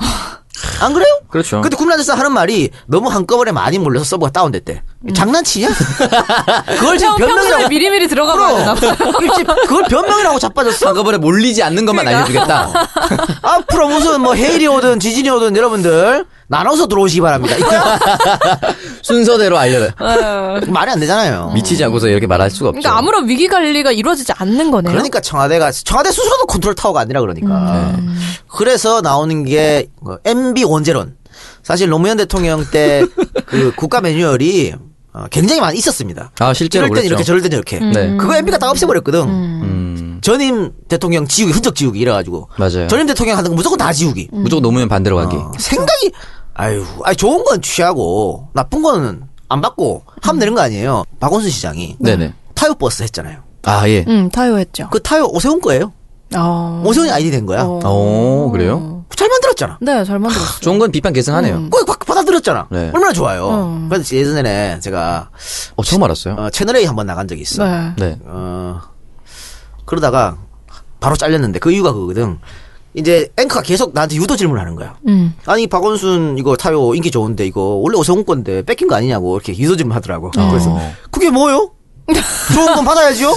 C: 안 그래요?
D: 그렇죠.
C: 근데 국민한테서 하는 말이 너무 한꺼번에 많이 몰려서 서버가 다운됐대. 장난치냐? 그걸 지금
B: 음. 평소에
C: 변명이라고.
B: 미리미리 들어가봐야 되나 봐.
C: 그걸 변명이라고 자빠졌어.
D: 한꺼번에 몰리지 않는 것만
B: 그러니까.
D: 알려주겠다.
C: 앞으로 무슨 뭐 해일이 오든 지진이 오든 여러분들 나눠서 들어오시기 바랍니다. 이거야?
D: 순서대로 알려.
C: 말이 안 되잖아요.
D: 미치지 않고서 이렇게 말할 수가 없죠.
B: 아. 그러니까 아무런 위기 관리가 이루어지지 않는 거네요.
C: 그러니까 청와대가 청와대 스스로도 컨트롤 타워가 아니라 그러니까
D: 음. 네.
C: 그래서 나오는 게 어, MB 원제론 사실 노무현 대통령 때 그 국가 매뉴얼이 어, 굉장히 많이 있었습니다.
D: 아, 실제로
C: 이럴 땐 이렇게
D: 그랬죠.
C: 저럴 땐 이렇게
D: 네.
C: 그거 MB가 다 없애버렸거든.
D: 음,
C: 전임 대통령 지우기 흔적 지우기 이래가지고
D: 맞아요.
C: 전임 대통령 하는 거 무조건 다 지우기.
B: 음.
D: 무조건 노무현 반대로 가기.
B: 아.
C: 어, 생각이 아유, 아 좋은 건 취하고 나쁜 거는 안 받고 하면 되는 거 아니에요. 박원순 시장이
D: 네네.
C: 타요 버스 했잖아요.
D: 아 예.
B: 음, 타요했죠.
C: 그 타요 오세훈 거예요.
D: 음.
B: 어.
C: 오세훈이 아이디 된 거야.
B: 어.
D: 오 그래요?
C: 잘 만들었잖아.
B: 네, 잘 만들었어요.
D: 좋은 건 비판 계승하네요.
B: 음.
C: 그거 바- 받아들였잖아.
D: 네.
C: 얼마나 좋아요.
B: 어.
C: 그래서 예전에 제가
D: 어 처음 알았어요.
C: 어, 채널 A 한 번 나간 적이 있어.
B: 네.
D: 네.
C: 어, 그러다가 바로 잘렸는데 그 이유가 그거거든. 이제 앵커가 계속 나한테 유도 질문을 하는 거야.
B: 음.
C: 아니 박원순 이거 타요 인기 좋은데 이거 원래 오세훈 건데 뺏긴 거 아니냐고 이렇게 유도 질문하더라고.
B: 어.
C: 그래서 그게 뭐요? 좋은 건 받아야지요.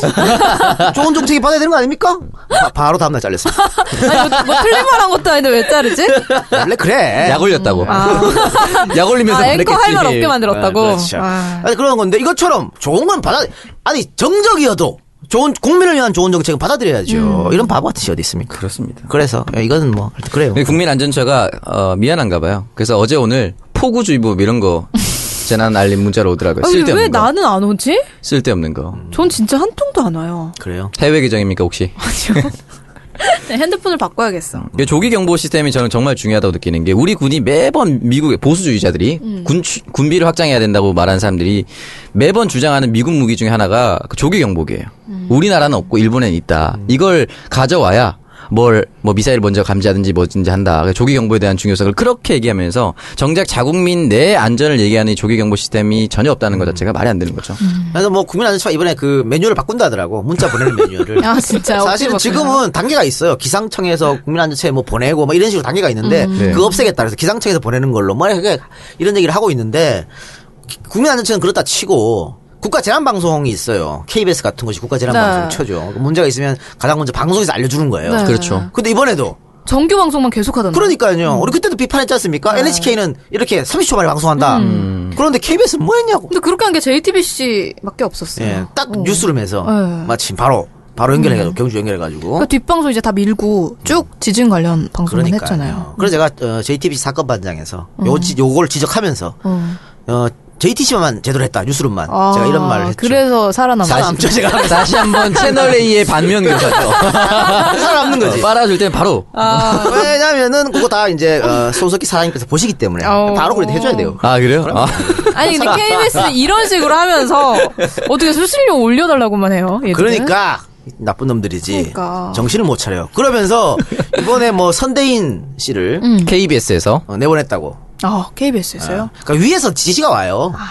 C: 좋은 정책이 받아야 되는 거 아닙니까? 바, 바로 다음날 잘렸어.
B: 아니, 뭐, 뭐 틀린 말한 것도 아닌데 왜 자르지?
C: 원래 그래.
D: 약 올렸다고.
B: 아.
D: 약 올리면서
B: 아, 앵커
D: 그랬겠지.
B: 할 말 없게 만들었다고.
C: 아, 그렇죠.
B: 아.
C: 아니, 그런 건데 이것처럼 좋은 건 받아 아니 정적이어도 좋은 국민을 위한 좋은 정책은 받아들여야죠. 이런 바보 같은 시 어디 있습니까?
D: 그렇습니다. 네.
C: 그래서 예, 이거는 뭐 그래요.
D: 근데 국민안전처가 어, 미안한가 봐요. 그래서 어제 오늘 폭우주의보 이런 거 재난 알림 문자로 오더라고요.
B: 아니, 왜
D: 쓸데없는 거.
B: 나는 안 오지?
D: 쓸데없는 거.
B: 전 진짜 한 통도 안 와요.
C: 그래요.
D: 해외 계정입니까 혹시?
B: 네, 핸드폰을 바꿔야겠어.
D: 이그 조기 경보 시스템이 저는 정말 중요하다고 느끼는 게 우리 군이 매번 미국의 보수주의자들이 군 군비를 확장해야 된다고 말하는 사람들이 매번 주장하는 미군 무기 중에 하나가 그 조기 경보기예요. 우리나라는 없고 일본에는 있다. 이걸 가져와야 뭘 뭐 미사일 먼저 감지하든지 뭐든지 한다. 그래서 조기 경보에 대한 중요성을 그렇게 얘기하면서 정작 자국민 내 안전을 얘기하는 이 조기 경보 시스템이 전혀 없다는 것 자체가 말이 안 되는 거죠.
C: 그래서 뭐 국민안전처가 이번에 그 매뉴얼을 바꾼다 하더라고. 문자 보내는 매뉴얼을.
B: 아, 진짜.
C: 사실은
B: 어떻게
C: 지금은 단계가 있어요. 기상청에서 국민안전처에 뭐 보내고 뭐 이런 식으로 단계가 있는데
B: 음.
D: 네.
C: 그거 없애겠다 그래서 기상청에서 보내는 걸로 뭐 이렇게 이런 얘기를 하고 있는데 기- 국민안전처는 그렇다 치고 국가 재난 방송이 있어요. KBS 같은 것이 국가 재난
B: 네.
C: 방송 쳐죠. 그 문제가 있으면 가장 먼저 방송에서 알려주는 거예요.
B: 네.
D: 그렇죠.
C: 근데 이번에도
B: 정규 방송만 계속 하던데.
C: 그러니까요. 우리 그때도 비판했지 않습니까?
B: 네.
C: NHK는 이렇게 30초 만에 방송한다.
B: 음.
C: 그런데 KBS는 뭐 했냐고.
B: 근데 그렇게 한 게 JTBC밖에 없었어요.
C: 예, 딱
B: 어.
C: 뉴스룸 해서
B: 네. 음.
C: 마침 바로 바로 연결해가지고 경주 연결해가지고
B: 그러니까 뒷방송 이제 다 밀고 쭉 지진 관련 방송만
C: 그러니까요.
B: 했잖아요. 네.
C: 그래서 제가 어, JTBC 사건 반장에서 요 지- 요걸 지적하면서
B: 어.
C: 어, JTBC만 제대로 했다 뉴스룸만 제가 이런 말을
B: 아,
C: 했죠.
B: 그래서 살아남았어.
C: 살아남죠 제가.
D: 다시 한번 채널 A의 반면 교사죠.
C: 살아남는 거지.
D: 빨아줄 땐 바로
C: 어. 왜냐면은 그거 다 이제 어, 소속기 사장님께서 보시기 때문에
B: 어.
C: 바로 그래도 해줘야 돼요.
D: 아 그래요? 아.
B: 아니 근데 KBS는 이런 식으로 하면서 어떻게 수신료 올려달라고만 해요. 얘들은?
C: 그러니까 나쁜 놈들이지.
B: 네. 그러니까.
C: 정신을 못 차려요. 그러면서 이번에 뭐 선대인 씨를
B: 음.
D: KBS에서
C: 어, 내보냈다고.
B: 아 KBS에서요.
C: 그러니까 위에서 지시가 와요.
B: 아.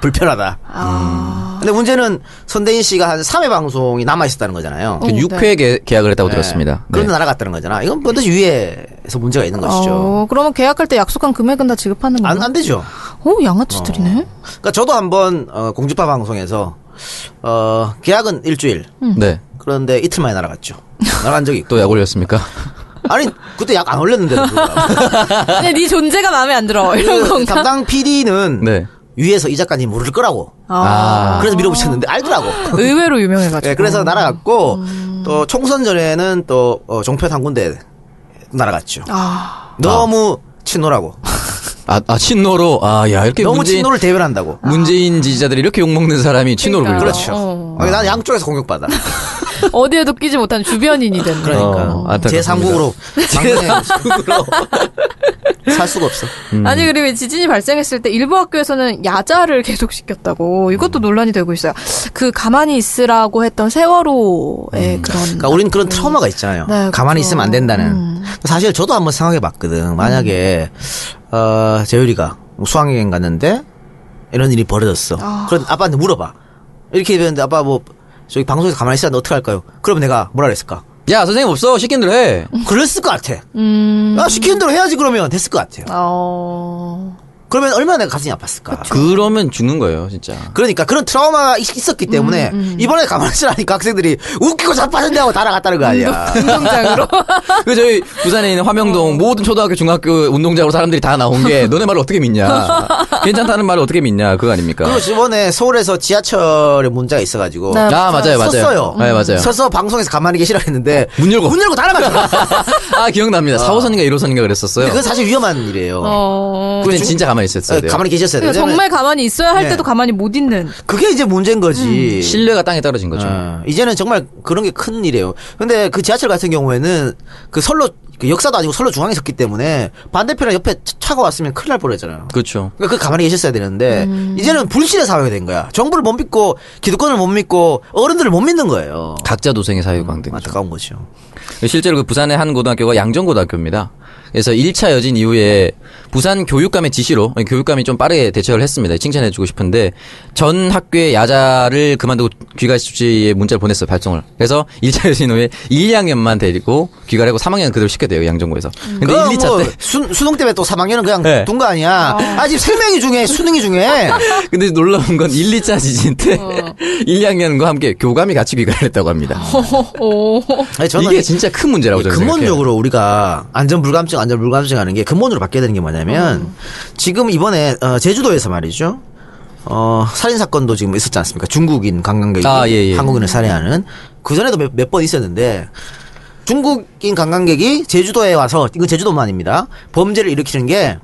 C: 불편하다. 음. 근데 문제는 선대인 씨가 한 3회 방송이 남아 있었다는
B: 어,
C: 거잖아요.
D: 그
B: 네.
D: 6회 계- 계약을 했다고
C: 네.
D: 들었습니다. 네.
C: 그런데 날아갔다는 거잖아. 이건 반드시 위에서 문제가 있는 것이죠.
B: 어, 그러면 계약할 때 약속한 금액은 다 지급하는 거예요?
C: 안, 안 되죠.
B: 오 양아치들이네.
C: 그러니까 저도 한번 어, 공주파 방송에서 어, 계약은 일주일.
B: 음.
D: 네.
C: 그런데 이틀 만에 날아갔죠. 날아간 적이 있고.
D: 또 약 올렸습니까?
C: 아니 그때 약 안 올렸는데도 불구하고.
B: 근데 네 존재가 마음에 네 안 들어 이런
C: 어. 그
B: 건가?
C: 담당 PD는
D: 네.
C: 위에서 이 작가님 모를 거라고.
B: 아.
C: 그래서 밀어붙였는데 알더라고.
B: 의외로 유명해가지고.
C: 예, 그래서 날아갔고
B: 음.
C: 또 총선 전에는 또 어, 종편 한 군데 날아갔죠.
B: 아,
C: 너무 친노라고.
D: 아, 아 친노로 아 야 이렇게
C: 너무
D: 문재인
C: 친노를 대변한다고.
D: 문재인 지지자들이 이렇게 욕먹는 사람이 친노로 불린다.
B: 그러니까요.
C: 그렇죠.
B: 어.
C: 어, 난 양쪽에서 공격받아.
B: 어디에도 끼지 못한 주변인이 됐네.
C: 그러니까
D: 어, 안타깝습니다.
C: 제3국으로 제3국으로 살 수가 없어.
B: 아니 그리고 이 지진이 발생했을 때 일부 학교에서는 야자를 계속 시켰다고
C: 음.
B: 이것도 논란이 되고 있어요. 그 가만히 있으라고 했던 세월호의 그런
C: 그러니까 우리는
D: 음.
C: 그런 트라우마가 있잖아요.
B: 네,
C: 가만히
B: 그렇죠.
C: 있으면 안 된다는.
B: 음.
C: 사실 저도 한번 생각해 봤거든. 만약에 어, 재율이가 수학여행 갔는데 이런 일이 벌어졌어. 그럼 아빠한테 물어봐. 이렇게 되는데 아빠 뭐 저기 방송에서 가만히 있으라는데 어떻게 할까요? 그럼 내가 뭐라 그랬을까?
D: 야 선생님 없어 시킨 대로 해.
C: 그랬을 것 같아. 아, 시키는 대로 해야지 그러면 됐을 것 같아요.
B: 음, 어...
C: 그러면 얼마나 내가 가슴이 아팠을까.
D: 그러면 죽는 거예요 진짜.
C: 그러니까 그런 트라우마가 있- 있었기 때문에
B: 음,
C: 이번에 가만히 있으라니까 학생들이 웃기고 자빠졌네 하고 날아갔다는 거 아니야.
B: 음. 운동장으로
D: 그 저희 부산에 있는
B: 어.
D: 화명동 모든 초등학교 중학교 운동장으로 사람들이 다 나온 게 너네 말을 어떻게 믿냐. 괜찮다는 말을 어떻게 믿냐 그거 아닙니까.
C: 그리고 저번에 서울에서 지하철에 문제가 있어가지고
B: 네.
D: 아 맞아요 맞아요.
C: 섰어요.
D: 네 맞아요. 어,
C: 서서 방송에서 가만히 계시라 했는데
D: 문 열고.
C: 문 열고 달아갔어.
D: 아 기억납니다. 4호선인가 1호선인가 그랬었어요.
C: 근데 그건 사실 위험한 일이에요.
B: 어...
D: 그땐 진짜 가만히 있었어야
C: 어,
D: 돼요.
C: 가만히 계셨어야 돼요.
B: 그러니까 정말 음, 가만히 있어야 할
C: 네.
B: 때도 가만히 못 있는
C: 그게 이제 문제인 거지.
D: 신뢰가 땅에 떨어진 음, 거죠.
C: 어, 이제는 정말 그런 게 큰 일이에요. 근데 그 지하철 같은 경우에는 그 선로 그 역사도 아니고 선로 중앙에 섰기 때문에 반대편에 옆에 차- 차가 왔으면 큰일 날 뻔했잖아요.
D: 그렇죠.
C: 그러니까 그 가만히 계셨어야 되는데
D: 음.
C: 이제는 불신의 사회가 된 거야. 정부를 못 믿고 기득권을 못 믿고 어른들을 못 믿는 거예요.
D: 각자
C: 음,
D: 도생의 사회광등.
C: 안타까운 거죠.
D: 실제로 그 부산의 한 고등학교가 양정고등학교입니다. 그래서 1차 여진 이후에 부산 교육감의 지시로 아니, 교육감이 좀 빠르게 대처를 했습니다. 칭찬해주고 싶은데 전 학교의 야자를 그만두고 귀가 수지에 문자를 보냈어요. 발송을. 그래서 1차 여진 후에 1, 2학년만 데리고 귀가를 하고 3학년 그대로 시켰대요. 양정고에서. 근데 1,
C: 그럼
D: 2차
C: 뭐
D: 때
C: 수, 수능 때문에 또 3학년은 그냥
D: 네.
C: 둔 거 아니야. 아, 지금 3명이 중에 수능이 중에
D: 근데 놀라운 건 1, 2차 지진 때
C: 어.
D: 1, 2학년과 함께 교감이 같이 귀가를 했다고 합니다.
B: 오.
C: 아니, 저는
D: 이게 진짜 큰 문제라고 저는 생각해요.
C: 어. 네, 근본적으로 우리가 안전 불감증, 안전 불감증 하는 게 근본으로 바뀌어야 되는 게 뭐냐면 지금 이번에 어, 제주도에서 말이죠. 어, 살인 사건도 지금 있었지 않습니까? 중국인 관광객이
D: 아, 예, 예.
C: 한국인을 살해하는 그 전에도 몇 번 있었는데 중국인 관광객이 제주도에 와서 이건 제주도만입니다. 범죄를 일으키는 게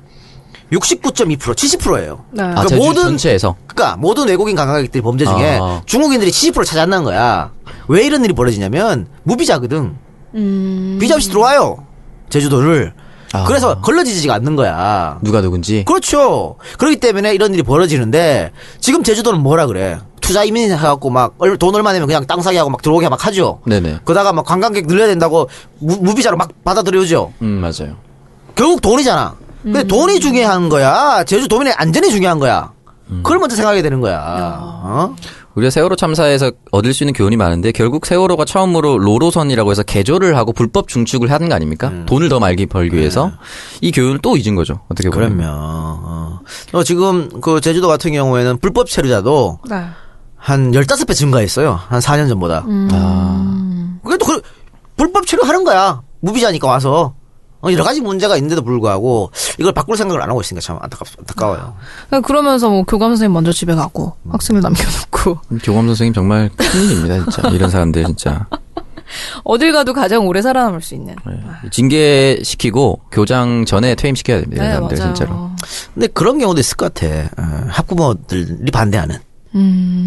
C: 69.2% 70%예요.
B: 네.
D: 아, 제주 전체에서
C: 그러니까 모든 외국인 관광객들이 범죄 중에
D: 아.
C: 중국인들이 70%를 차지한다는 거야. 왜 이런 일이 벌어지냐면 무비자거든.
B: 음.
C: 비자 없이 들어와요. 제주도를.
D: 아.
C: 그래서 걸러지지가 않는 거야.
D: 누가 누군지.
C: 그렇죠. 그렇기 때문에 이런 일이 벌어지는데 지금 제주도는 뭐라 그래? 투자 이민 해갖고 막 얼- 돈 얼마 내면 그냥 땅 사기 하고 막 들어오게 막 하죠.
D: 네네.
C: 그러다가 막 관광객 늘려야 된다고 무, 무비자로 막 받아들여오죠.
D: 음 맞아요.
C: 결국 돈이잖아. 근데 돈이 중요한 거야. 제주 도민의 안전이 중요한 거야.
D: 음.
C: 그걸 먼저 생각하게 되는 거야. 어?
D: 우리가 세월호 참사에서 얻을 수 있는 교훈이 많은데 결국 세월호가 처음으로 로로선이라고 해서 개조를 하고 불법 중축을 하는 거 아닙니까? 돈을 더 많이 벌기 위해서 이 교훈을 또 잊은 거죠. 어떻게 보면.
C: 그러면 어. 어, 지금 그 제주도 같은 경우에는 불법 체류자도
B: 네.
C: 한 15배 증가했어요. 한 4년 전보다.
B: 음.
C: 그래도 그 불법 체류하는 거야. 무비자니까 와서. 어, 여러 가지 문제가 있는데도 불구하고 이걸 바꿀 생각을 안 하고 있으니까 참 안타깝, 안타까워요.
B: 그러면서 뭐 교감 선생님 먼저 집에 가고
C: 음.
B: 학생을 남겨놓고
D: 교감 선생님 정말 큰일입니다, 진짜. 이런 사람들 진짜.
B: 어딜 가도 가장 오래 살아남을 수 있는.
D: 네. 징계시키고 교장 전에 퇴임시켜야
C: 예,
D: 됩니다,
B: 네,
D: 이런 사람들 진짜로.
C: 근데 그런 경우도 있을 것 같아. 어, 학부모들이 반대하는.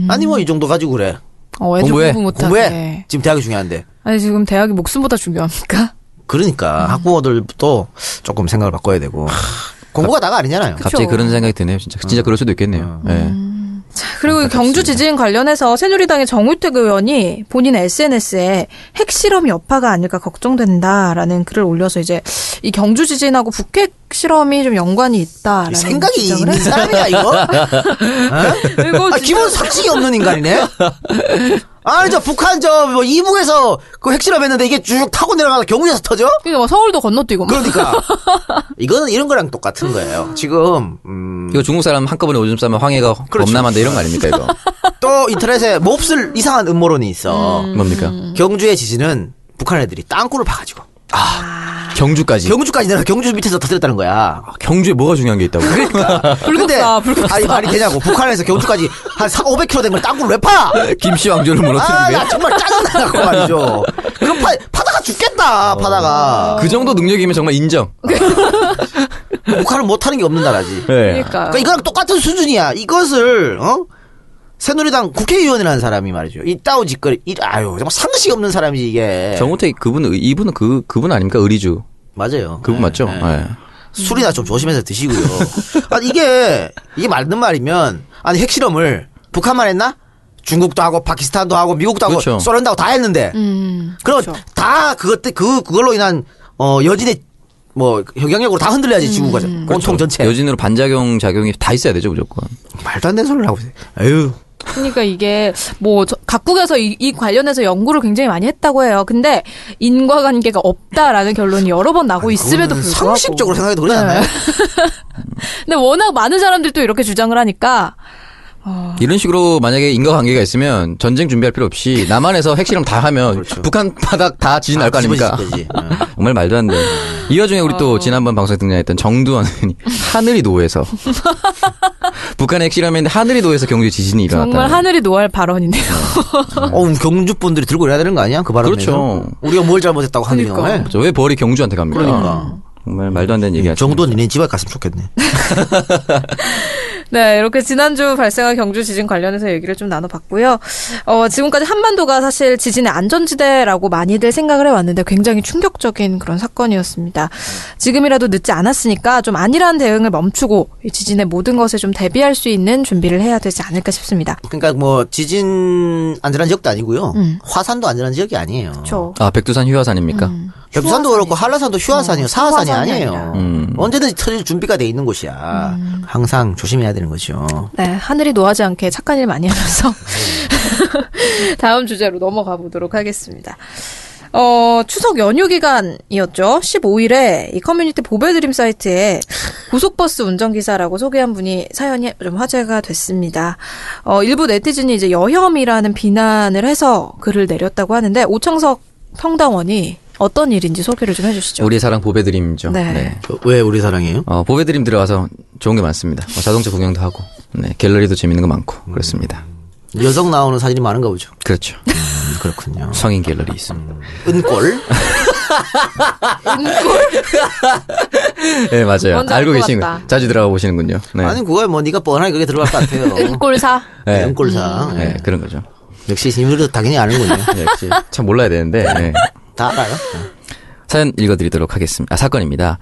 C: 아니 뭐 이 정도 가지고 그래.
B: 음, 어, 애들
D: 공부해.
B: 공부 못하게. 예.
C: 공부해. 지금 대학이 중요한데.
B: 아니 지금 대학이 목숨보다 중요합니까?
C: 그러니까
B: 음.
C: 학부모들도 조금 생각을 바꿔야 되고 공부가 다가 아니잖아요.
D: 갑자기 그런 생각이 드네요, 진짜. 진짜 그럴 수도 있겠네요. 예.
B: 그리고
C: 아,
B: 이 경주 지진 관련해서 새누리당의 정우택 의원이 본인 SNS에 핵실험 여파가 아닐까 걱정된다라는 글을 올려서 이제 이 경주 지진하고 북핵 실험이 좀 연관이 있다라는
C: 생각이
B: 주장을
C: 있는
B: 했어요.
C: 사람이야 이거.
B: 그리고
C: 아,
B: 진짜-
C: 기본 상식이 없는 인간이네. 아니 저 북한 저뭐 이북에서 그 핵실험했는데 이게 쭉 타고 내려가서 경유에서 터져?
B: 그러니까 막 서울도 건너뛰고 막.
C: 그러니까 이거는 이런 거랑 똑같은 거예요. 지금 음,
D: 이거 중국 사람 한꺼번에 오줌 싸면 황해가 범람한다 이런 거 아닙니까, 이거?
C: 또 인터넷에 몹쓸 이상한 음모론이 있어. 뭐
D: 뭡니까?
C: 경주의 지진은 북한 애들이 땅굴을 파가지고
D: 경주까지.
C: 경주까지 내가 경주 밑에서 터뜨렸다는 거야.
D: 경주에 뭐가 중요한 게 있다고?
B: 불국사,
C: 근데
B: 불국사.
C: 아니 말이 되냐고. 북한에서 경주까지 한 500km 된 걸 땅굴을 왜 파?
D: 김씨 왕조를
C: 아,
D: 무너뜨리는
C: 나
D: 게?
C: 정말 짜증나고 말이죠. 그럼 파, 파다가 죽겠다,
B: 어.
C: 파다가.
D: 그 정도 능력이면 정말 인정.
C: 북한은 못하는 게 없는 나라지.
D: 예.
B: 그러니까.
C: 그러니까 이거랑 똑같은 수준이야. 이것을, 어? 새누리당 국회의원이라는 사람이 말이죠. 이따오 짓거리, 이, 아유, 정말 상식 없는 사람이지, 이게.
D: 네. 정우택 그분은 의- 이분은 그 그분 아닙니까 의리주
C: 맞아요.
D: 그분
C: 네,
D: 맞죠?
C: 네.
D: 예.
C: 술이나 좀 조심해서 드시고요. 아 이게 이게 맞는 말이면 아니 핵실험을 북한만 했나? 중국도 하고 파키스탄도 하고 미국도 하고
D: 그렇죠.
C: 소련도 하고 다 했는데
B: 음.
C: 그럼
B: 그렇죠.
C: 다 그것 때- 그 그걸로 인한 어 여진의 뭐 영향력으로 다
B: 음,
C: 흔들려야지 지구가
B: 그렇죠.
C: 온통 전체
B: 네.
D: 여진으로 반작용 작용이 다 있어야 되죠 무조건.
C: 말도 안 되는 소리를 하고 있어요. 에휴
B: 그러니까 이게 뭐 저- 각국에서 이, 이 관련해서 연구를 굉장히 많이 했다고 해요. 근데 인과관계가 없다라는 결론이 여러 번
C: 뭐
B: 나고 있음에도
C: 그거는
B: 불구하고
C: 상식적으로 생각해도 그렇지 않나요?
B: 근데 워낙 많은 사람들이 또 이렇게 주장을 하니까
D: 이런 식으로 만약에 인과관계가 있으면 전쟁 준비할 필요 없이 남한에서 핵실험 다 하면
C: 그렇죠.
D: 북한 바닥 다 지진 날 거 아닙니까?
C: 집어질 거지. 응.
D: 정말 말도 안 돼. 이 와중에 우리
B: 어.
D: 또 지난번 방송에 등장했던 정두환 의원이 하늘이 노해서 북한의 핵실험인데 하늘이 노해서 경주 지진이 일어났다.
C: 네.
B: 정말 하늘이 노할 발언인데요.
C: 어우 경주 분들이 들고 이래야 되는 거 아니야? 그 바람에
D: 그렇죠.
C: 우리가 뭘 잘못했다고 하는
B: 그러니까.
C: 경우에
D: 왜 벌이 경주한테 갑니까?
C: 그러니까.
D: 정말 말도 안 되는 아, 얘기 하죠.
C: 정도 니네 집에 갔으면 좋겠네.
B: 네, 이렇게 지난주 발생한 경주 지진 관련해서 얘기를 좀 나눠봤고요. 어, 지금까지 한반도가 사실 지진의 안전지대라고 많이들 생각을 해왔는데 굉장히 충격적인 그런 사건이었습니다. 지금이라도 늦지 않았으니까 좀 안일한 대응을 멈추고 이 지진의 모든 것에 좀 대비할 수 있는 준비를 해야 되지 않을까 싶습니다.
C: 그러니까 뭐 지진 안전한 지역도 아니고요. 화산도 안전한 지역이 아니에요.
B: 그렇죠.
D: 아 백두산 휘화산입니까?
B: 음,
C: 겹산도 그렇고 한라산도 휴화산이요, 사화산이
B: 사화산이
C: 어, 아니에요.
B: 아니라.
D: 음.
C: 언제든지 터질 준비가 돼 있는 곳이야. 항상 조심해야 되는 거죠.
B: 네, 하늘이 노하지 않게 착한 일 많이 하면서 다음 주제로 넘어가 보도록 하겠습니다. 어, 추석 연휴 기간이었죠. 15일에 이 커뮤니티 보배드림 사이트에 고속버스 운전기사라고 소개한 분이 사연이 좀 화제가 됐습니다. 어, 일부 네티즌이 이제 여혐이라는 비난을 해서 글을 내렸다고 하는데 오창석 평당원이 어떤 일인지 소개를 좀 해주시죠.
D: 우리의 사랑 보배드림이죠.
B: 네.
C: 왜 우리 사랑해요?
D: 어, 보배드림 들어가서 좋은 게 많습니다. 어, 자동차 구경도 하고, 네, 갤러리도 재밌는 거 많고,
C: 음.
D: 그렇습니다.
C: 여성 나오는 사진이 많은가 보죠.
D: 그렇죠.
C: 음, 그렇군요.
D: 성인 갤러리 있습니다.
C: 음. 은골?
D: 네, 맞아요.
B: 뭔지
D: 알고
B: 알것
D: 계신,
B: 같다.
D: 거- 자주 들어가 보시는군요. 네.
C: 아니 그거야 뭐 네가 뻔하게 그게 들어갈 것 같아요.
B: 은꼴사.
D: 네.
C: 네, 은골사.
D: 네, 그런 거죠.
C: 역시 신입들도 당연히 아는군요.
D: 네, 역시 참 몰라야 되는데, 네.
C: 다 알아요.
D: 사연 읽어드리도록 하겠습니다. 아, 사건입니다.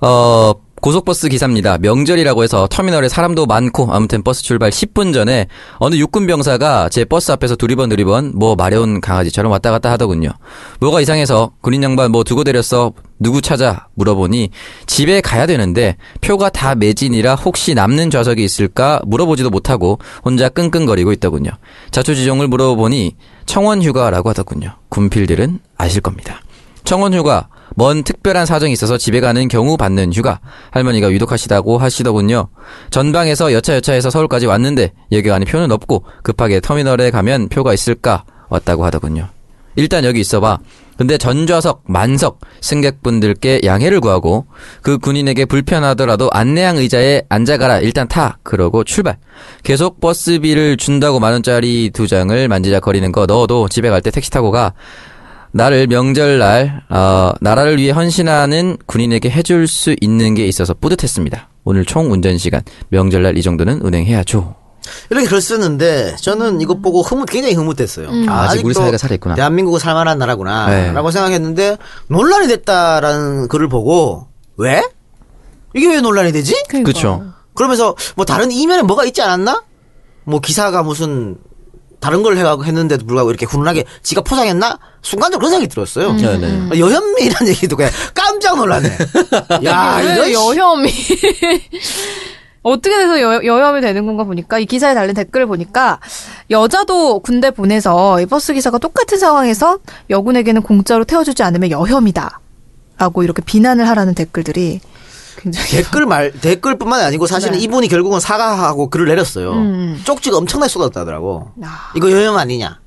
D: 어, 고속버스 기사입니다. 명절이라고 해서 터미널에 사람도 많고 아무튼 버스 출발 10분 전에 어느 육군 병사가 제 버스 앞에서 두리번 두리번 뭐 마려운 강아지처럼 왔다 갔다 하더군요. 뭐가 이상해서 군인 양반 뭐 두고 데렸어 누구 찾아 물어보니 집에 가야 되는데 표가 다 매진이라 혹시 남는 좌석이 있을까 물어보지도 못하고 혼자 끙끙거리고 있더군요. 자초지종을 물어보니 청원 휴가라고 하더군요. 군필들은 아실 겁니다. 청원 휴가 먼 특별한 사정이 있어서 집에 가는 경우 받는 휴가 할머니가 위독하시다고 하시더군요. 전방에서 여차여차해서 서울까지 왔는데 여기 안에 표는 없고 급하게 터미널에 가면 표가 있을까 왔다고 하더군요. 일단 여기 있어봐. 근데 전좌석, 만석 승객분들께 양해를 구하고 그 군인에게 불편하더라도 안내양 의자에 앉아가라. 일단 타. 그러고 출발. 계속 버스비를 준다고 만 원짜리 두 장을 만지작거리는 거 넣어도 집에 갈 때 택시 타고 가. 나를 명절날 어, 나라를 위해 헌신하는 군인에게 해줄 수 있는 게 있어서 뿌듯했습니다. 오늘 총 운전 시간 명절날 이 정도는 운행해야죠.
C: 이렇게 글 쓰는데 저는 이것 보고 흐뭇 굉장히 흐뭇했어요.
D: 아, 아직 우리
C: 아직도
D: 사회가 살아있구나.
C: 대한민국은 살만한
D: 네.
C: 나라구나라고 생각했는데 논란이 됐다라는 글을 보고 왜 이게 왜 논란이 되지?
B: 그러니까.
D: 그렇죠.
C: 그러면서 뭐 다른 이면에 뭐가 있지 않았나? 뭐 기사가 무슨 다른 걸 해가고 했는데도 불구하고 이렇게 훈훈하게 지가 포장했나? 순간적으로 그런 생각이 들었어요.
D: 음. 네,
C: 여현미라는 얘기도 그냥 깜짝 놀랐네. 야,
B: 왜
C: 이런 씨.
B: 아, 여혐이 어떻게 돼서 여, 여혐이 되는 건가 보니까 이 기사에 달린 댓글을 보니까 여자도 군대 보내서 이 버스 기사가 똑같은 상황에서 여군에게는 공짜로 태워주지 않으면 여혐이다. 라고 이렇게 비난을 하라는 댓글들이 굉장히
C: 댓글 말 댓글뿐만 아니고 사실은
B: 네. 음.
C: 이분이 결국은 사과하고 글을 내렸어요. 쪽지가 엄청나게 쏟았다더라고.
B: 아.
C: 이거 여혐 아니냐?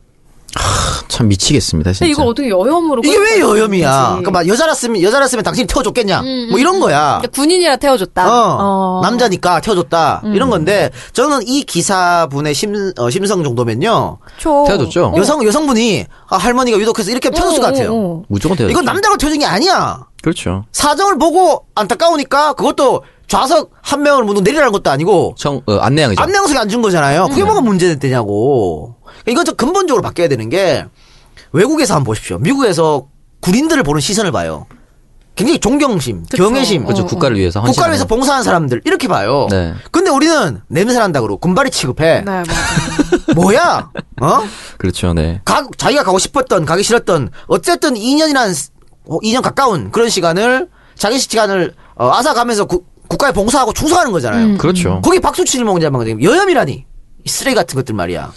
D: 참 미치겠습니다 진짜.
B: 근데 이걸 어떻게 여혐으로
C: 이게 왜
B: 끌고
C: 여혐이야?
B: 가는지. 음,
C: 그러니까 막 여자라으면 여자라으면 당신이 태워줬겠냐? 뭐 이런 거야.
B: 그러니까 군인이라 태워줬다.
C: 어,
B: 어. 음.
C: 남자니까 태워줬다 이런 건데 저는 이 기사분의 심, 어, 심성 정도면요
B: 그쵸.
D: 태워줬죠? 어.
C: 여성 여성분이 아, 할머니가 유독해서 이렇게 태워줬을 것
B: 어, 어,
C: 같아요.
B: 어.
D: 무조건 돼요.
C: 이건 남자가 태워준 게 아니야.
D: 그렇죠.
C: 사정을 보고 안타까우니까 그것도 좌석 한 명을 문으로 내리라는 것도 아니고
D: 청 어, 안내양이죠. 네.
C: 안내양석이 안 준 거잖아요. 그게 뭐가 문제되냐고. 그러니까 이건 좀 근본적으로 바뀌어야 되는 게 외국에서 한번 보십시오. 미국에서 군인들을 보는 시선을 봐요. 굉장히 존경심,
B: 그쵸. 어.
C: 경외심.
D: 그렇죠. 국가를 위해서 헌신하는-
C: 국가를 위해서 봉사하는 사람들 이렇게 봐요.
D: 네.
C: 근데 우리는 냄새 난다 그러고 군발이 취급해.
B: 네, 맞아.
C: 뭐야? 어?
D: 그렇죠. 네.
C: 가, 자기가 가고 싶었던, 가기 싫었던, 어쨌든 2년이란, 2년 가까운 그런 시간을, 자기 시간을, 어, 앗아가면서 구- 국가에 봉사하고 충성하는 거잖아요.
B: 음.
D: 그렇죠.
C: 거기 박수 치는 먹는 자만 거지. 여염이라니. 이 쓰레기 같은 것들 말이야.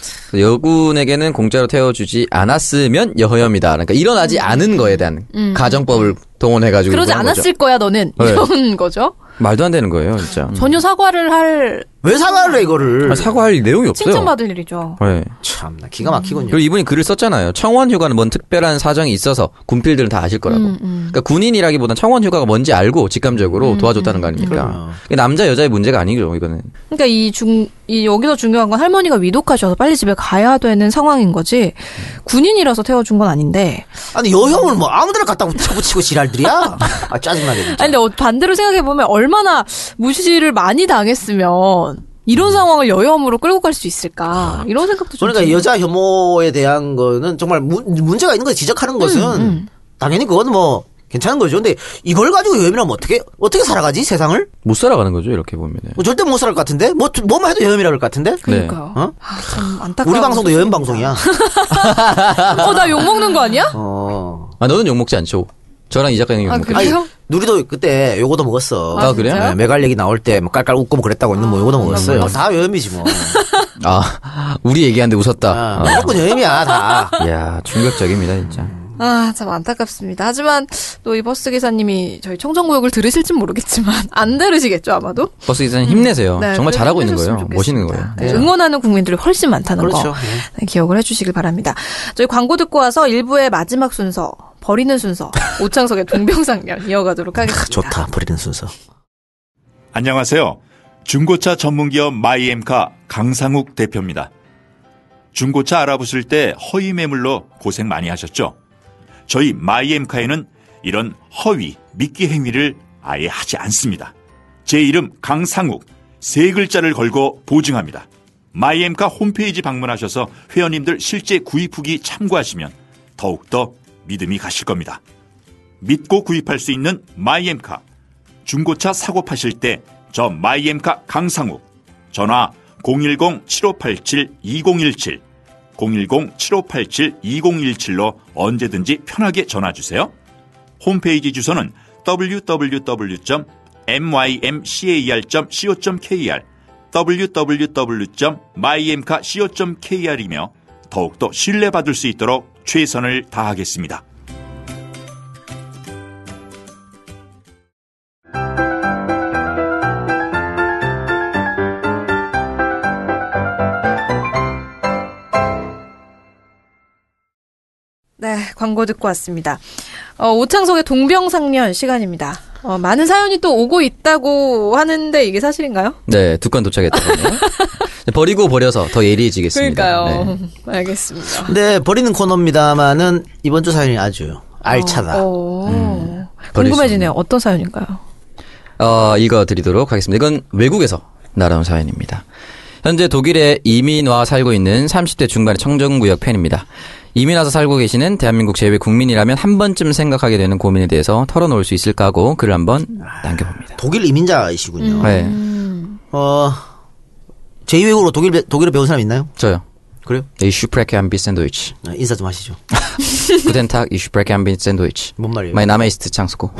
D: 여군에게는 공짜로 태워주지 않았으면 여혐이다. 그러니까 일어나지 않은 거에 대한 가정법을 동원해가지고
B: 음. 그러지
D: 그런 거죠.
B: 않았을 거야 너는
D: 네.
B: 이런 거죠.
D: 말도 안 되는 거예요, 진짜.
C: 음.
B: 전혀 사과를 할
C: 왜 사과를 해, 이거를.
D: 아, 사과할 내용이 없어요.
B: 칭찬받을 일이죠.
D: 네.
C: 참, 나
B: 예.
C: 기가 막히군요.
D: 그리고 이분이 글을 썼잖아요. 청원 휴가는 뭔 특별한 사정이 있어서 군필들은 다 아실
B: 음,
D: 거라고. 그러니까 군인이라기보단 청원 휴가가 뭔지 알고 직감적으로
B: 음,
D: 도와줬다는 거 아닙니까? 이게 남자 여자의 문제가 아니죠, 이거는.
B: 그러니까 이 중 이 여기서 중요한 건 할머니가 위독하셔서 빨리 집에 가야 되는 상황인 거지 군인이라서 태워준 건 아닌데.
C: 아니, 여혐을 뭐 아무데나 갖다 쳐붙이고 지랄들이야? 아, 짜증나게. 진짜.
B: 아니 근데 어- 반대로 생각해 보면 얼마나 무시를 많이 당했으면 이런 상황을 여혐으로 끌고 갈 수 있을까 이런 생각도 좀.
C: 음. 그러니까
B: 들어요.
C: 여자 혐오에 대한 거는 정말 문- 문제가 있는 걸 지적하는 것은
B: 음,
C: 당연히 그건 뭐 괜찮은 거죠. 근데 이걸 가지고 여혐이라면 뭐 어떻게, 어떻게 살아가지? 세상을?
D: 못 살아가는 거죠, 이렇게 보면. 은 네.
C: 뭐 절대 못 살 것 같은데? 뭐, 뭐만 해도 여혐이라 그럴 것 같은데?
B: 그러니까요.
C: 어?
B: 아, 참 안타까운.
C: 우리 방송도 여혐 방송이야.
B: 어나 욕 먹는 거 아니야?
C: 어.
D: 아, 너는 욕먹지 않죠? 저랑 이 작가님
B: 아,
D: 욕먹지
B: 그래요?
C: 아니, 누리도 그때 요거도 먹었어.
D: 아, 그래요?
C: 네, 메갈 얘기 나올 때 뭐 깔깔 웃고 뭐 그랬다고 했는데
B: 아,
C: 뭐 요거도 먹었어요. 다 여혐이지 뭐.
D: 아, 우리 얘기하는데 웃었다.
C: 아,
D: 아.
C: 무조건 여혐이야, 다.
D: 이야, 충격적입니다, 진짜.
B: 아, 참 안타깝습니다. 하지만 또 이 버스 기사님이 저희 청정구역을 들으실진 모르겠지만 안 들으시겠죠 아마도.
D: 버스 기사님 힘내세요.
B: 네,
D: 정말
B: 그래서
D: 잘하고 있는 거예요.
B: 힘내셨으면
D: 멋있는
B: 좋겠습니다.
D: 거예요.
B: 네, 응원하는 국민들이 훨씬 많다는
C: 그렇죠.
B: 거
C: 네.
B: 네, 기억을 해주시길 바랍니다. 저희 광고 듣고 와서 일부의 마지막 순서 버리는 순서 오창석의 동병상련 이어가도록 하겠습니다.
C: 좋다, 버리는 순서.
G: 안녕하세요. 중고차 전문기업 마이엠카 강상욱 대표입니다. 중고차 알아보실 때 허위 매물로 고생 많이 하셨죠? 저희 마이엠카에는 이런 허위, 미끼 행위를 아예 하지 않습니다. 제 이름 강상욱, 세 글자를 걸고 보증합니다. 마이엠카 홈페이지 방문하셔서 회원님들 실제 구입 후기 참고하시면 더욱더 믿음이 가실 겁니다. 믿고 구입할 수 있는 마이엠카. 중고차 사고 파실 때 저 마이엠카 강상욱 전화 010-7587-2017 010-7587-2017로 언제든지 편하게 전화 주세요. 홈페이지 주소는 www.mymcar.co.kr www.mymcar.co.kr이며 더욱더 신뢰받을 수 있도록 최선을 다하겠습니다.
B: 네, 광고 듣고 왔습니다. 어, 오창석의 동병상련 시간입니다. 어, 많은 사연이 또 오고 있다고 하는데 이게 사실인가요?
D: 네, 두 건 도착했다고요. 네. 버리고 버려서 더 예리해지겠습니다.
B: 그러니까요.
D: 네.
B: 알겠습니다.
C: 네, 버리는 코너입니다만은 이번 주 사연이 아주 알차다.
B: 어,
D: 버릴 수
B: 궁금해지네요. 어떤 사연인가요?
D: 어, 읽어드리도록 하겠습니다. 이건 외국에서 날아온 사연입니다. 현재 독일에 이민 와 살고 있는 30대 중반의 청정구역 팬입니다. 이민 와서 살고 계시는 대한민국 제외 국민이라면 한 번쯤 생각하게 되는 고민에 대해서 털어놓을 수 있을까 하고 글을 한번 남겨봅니다.
C: 독일 이민자이시군요.
D: 네,
C: 어, 제2외국으로 독일, 독일어 배운 사람 있나요?
D: 저요.
C: 그래요?
D: 이 슈프레케 한비 샌드위치.
C: 네, 인사 좀 하시죠.
D: 구텐탁 이 슈프레케 한비 샌드위치.
C: 뭔 말이에요?
D: 마이 나메이스트 창스코.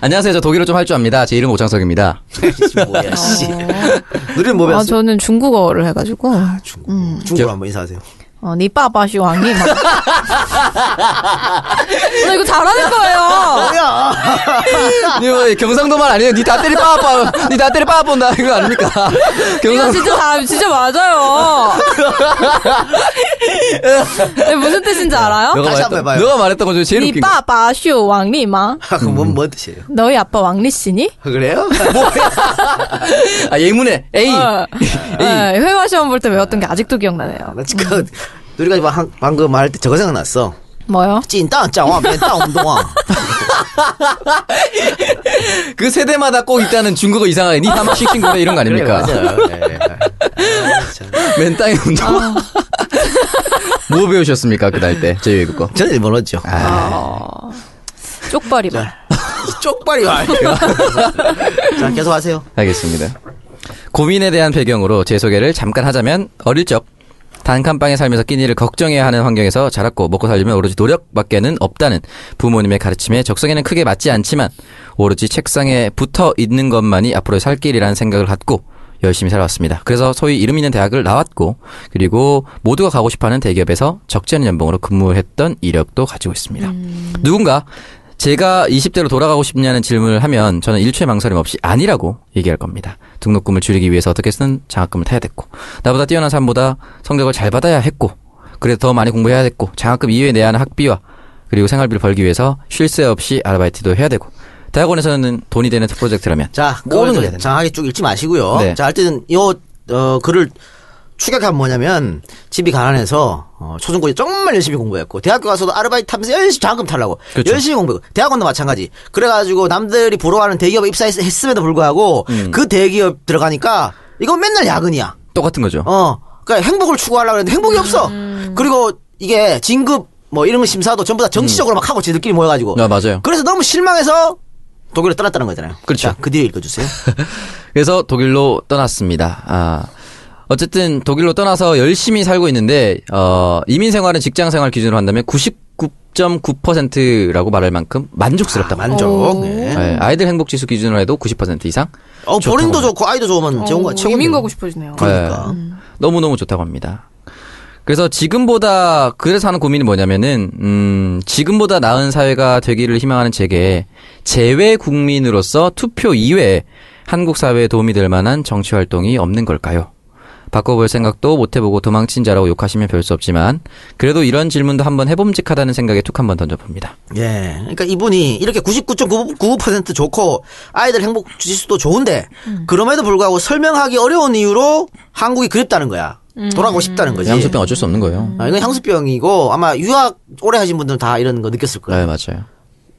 D: 안녕하세요. 저 독일어 좀 할 줄 압니다. 제 이름 오창석입니다.
C: 뭐야, 씨.
E: 어.
C: 누리는 뭐
B: 아,
C: 배웠어?
B: 저는 중국어를 해가지고,
C: 중국어. 중국어 한번 인사하세요.
B: 어, 니 빠빠시 왕이. 막. 나 이거 잘하는 거예요.
C: 뭐야!
D: 니 뭐, 경상도 말 아니에요? 니 다 때리 빠빠, 니 다 때리 빠빠온다, 이거 아닙니까?
B: 이거
D: 경상도.
B: 진짜 다 진짜 맞아요. 네, 무슨 뜻인지 알아요?
D: 너가
C: 다시 한번
D: 말했던,
C: 해봐요.
D: 너가 말했던 거 중에 제일
B: 니
D: 웃긴 거.
B: 빠빠 쇼 왕리마
C: 아, 뭔, 뭔 뜻이에요?
B: 너희 아빠 왕리 씨니?
C: 아, 그래요?
D: 뭐 아, 예문에, 에이.
B: 어. 네, 회화 시험 볼 때 외웠던 게 아직도 기억나네요.
C: 나 지금 우리가 방- 방금 말할 때 저거 생각났어.
B: 뭐요?
D: 네.
C: 찐따 짜와 맨따 운동화.
D: 그 세대마다 꼭 있다는 중국어 이상하게, 니 하마 싱싱 거래 이런 거 아닙니까?
C: 그래, 맞아요. 예.
D: 맨 땅에 운동.
B: 아.
D: 뭐 배우셨습니까, 그날 때? 제 외국어.
C: 저는 일본어죠.
B: 쪽발이마.
C: 쪽발이 말이에요. 자 계속 하세요.
D: 알겠습니다. 고민에 대한 배경으로 제 소개를 잠깐 하자면 어릴 적 단칸방에 살면서 끼니를 걱정해야 하는 환경에서 자랐고 먹고 살려면 오로지 노력밖에는 없다는 부모님의 가르침에 적성에는 크게 맞지 않지만 오로지 책상에 붙어 있는 것만이 앞으로의 살 길이라는 생각을 갖고 열심히 살아왔습니다. 그래서 소위 이름 있는 대학을 나왔고 그리고 모두가 가고 싶어하는 대기업에서 적지 않은 연봉으로 근무했던 이력도 가지고 있습니다. 누군가 제가 20대로 돌아가고 싶냐는 질문을 하면 저는 일초의 망설임 없이 아니라고 얘기할 겁니다. 등록금을 줄이기 위해서 어떻게든 장학금을 타야 됐고 나보다 뛰어난 사람보다 성적을 잘 받아야 했고 그래도 더 많이 공부해야 됐고 장학금 이외에 내야 하는 학비와 그리고 생활비를 벌기 위해서 쉴 새 없이 아르바이트도 해야 되고 대학원에서는 돈이 되는 프로젝트라면
C: 자,
D: 모든 걸 해야
C: 오늘 장하게 쭉 읽지 마시고요.
D: 뭐 네.
C: 자, 하여튼 요 어, 글을 추격한 뭐냐면 집이 가난해서 어, 초중고에 정말 열심히 공부했고 대학교 가서도 아르바이트 하면서 열심히 장학금 타려고
D: 그렇죠.
C: 열심히 공부했고 대학원도 마찬가지 그래가지고 남들이 부러워하는 대기업에 입사했음에도 불구하고 그 대기업 들어가니까 이건 맨날 야근이야
D: 똑같은 거죠.
C: 어. 그러니까 행복을 추구하려고 했는데 행복이 없어. 그리고 이게 진급 뭐 이런 거 심사도 전부 다
D: 음.
C: 정치적으로 막 하고 지들끼리 모여가지고.
D: 아, 맞아요.
C: 그래서 너무 실망해서 독일을 떠났다는 거잖아요.
D: 그렇죠.
C: 자, 그 뒤에 읽어주세요.
D: 그래서 독일로 떠났습니다. 아. 어쨌든 독일로 떠나서 열심히 살고 있는데 어, 이민 생활은 직장 생활 기준으로 한다면 99.9%라고 말할 만큼 만족스럽다고.
C: 아,
B: 어.
C: 만족. 예.
D: 예, 아이들 행복 지수 기준으로 해도 90% 이상.
C: 어,
D: 좋다고
C: 본인도 좋고 아이도 좋으면 좋은 거 최고인
B: 어, 이민
C: 거
B: 가고 싶어지네요. 음.
C: 그러니까.
D: 너무 너무 좋다고 합니다. 그래서 지금보다 그래서 하는 고민이 뭐냐면은 음, 지금보다 나은 사회가 되기를 희망하는 제게 재외 국민으로서 투표 이외에 한국 사회에 도움이 될 만한 정치 활동이 없는 걸까요? 바꿔볼 생각도 못 해보고 도망친 자라고 욕하시면 별 수 없지만 그래도 이런 질문도 한번 해봄직하다는 생각에 툭 한번 던져봅니다.
C: 예. 그러니까 이분이 이렇게 99.99% 좋고 아이들 행복 지수도 좋은데
B: 음.
C: 그럼에도 불구하고 설명하기 어려운 이유로 한국이 그립다는 거야.
B: 음.
C: 돌아가고 싶다는 거지.
D: 양수병 어쩔 수 없는 거예요.
C: 아, 이건 향수병이고 아마 유학 오래 하신 분들은 다 이런 거 느꼈을 거예요.
D: 네 맞아요.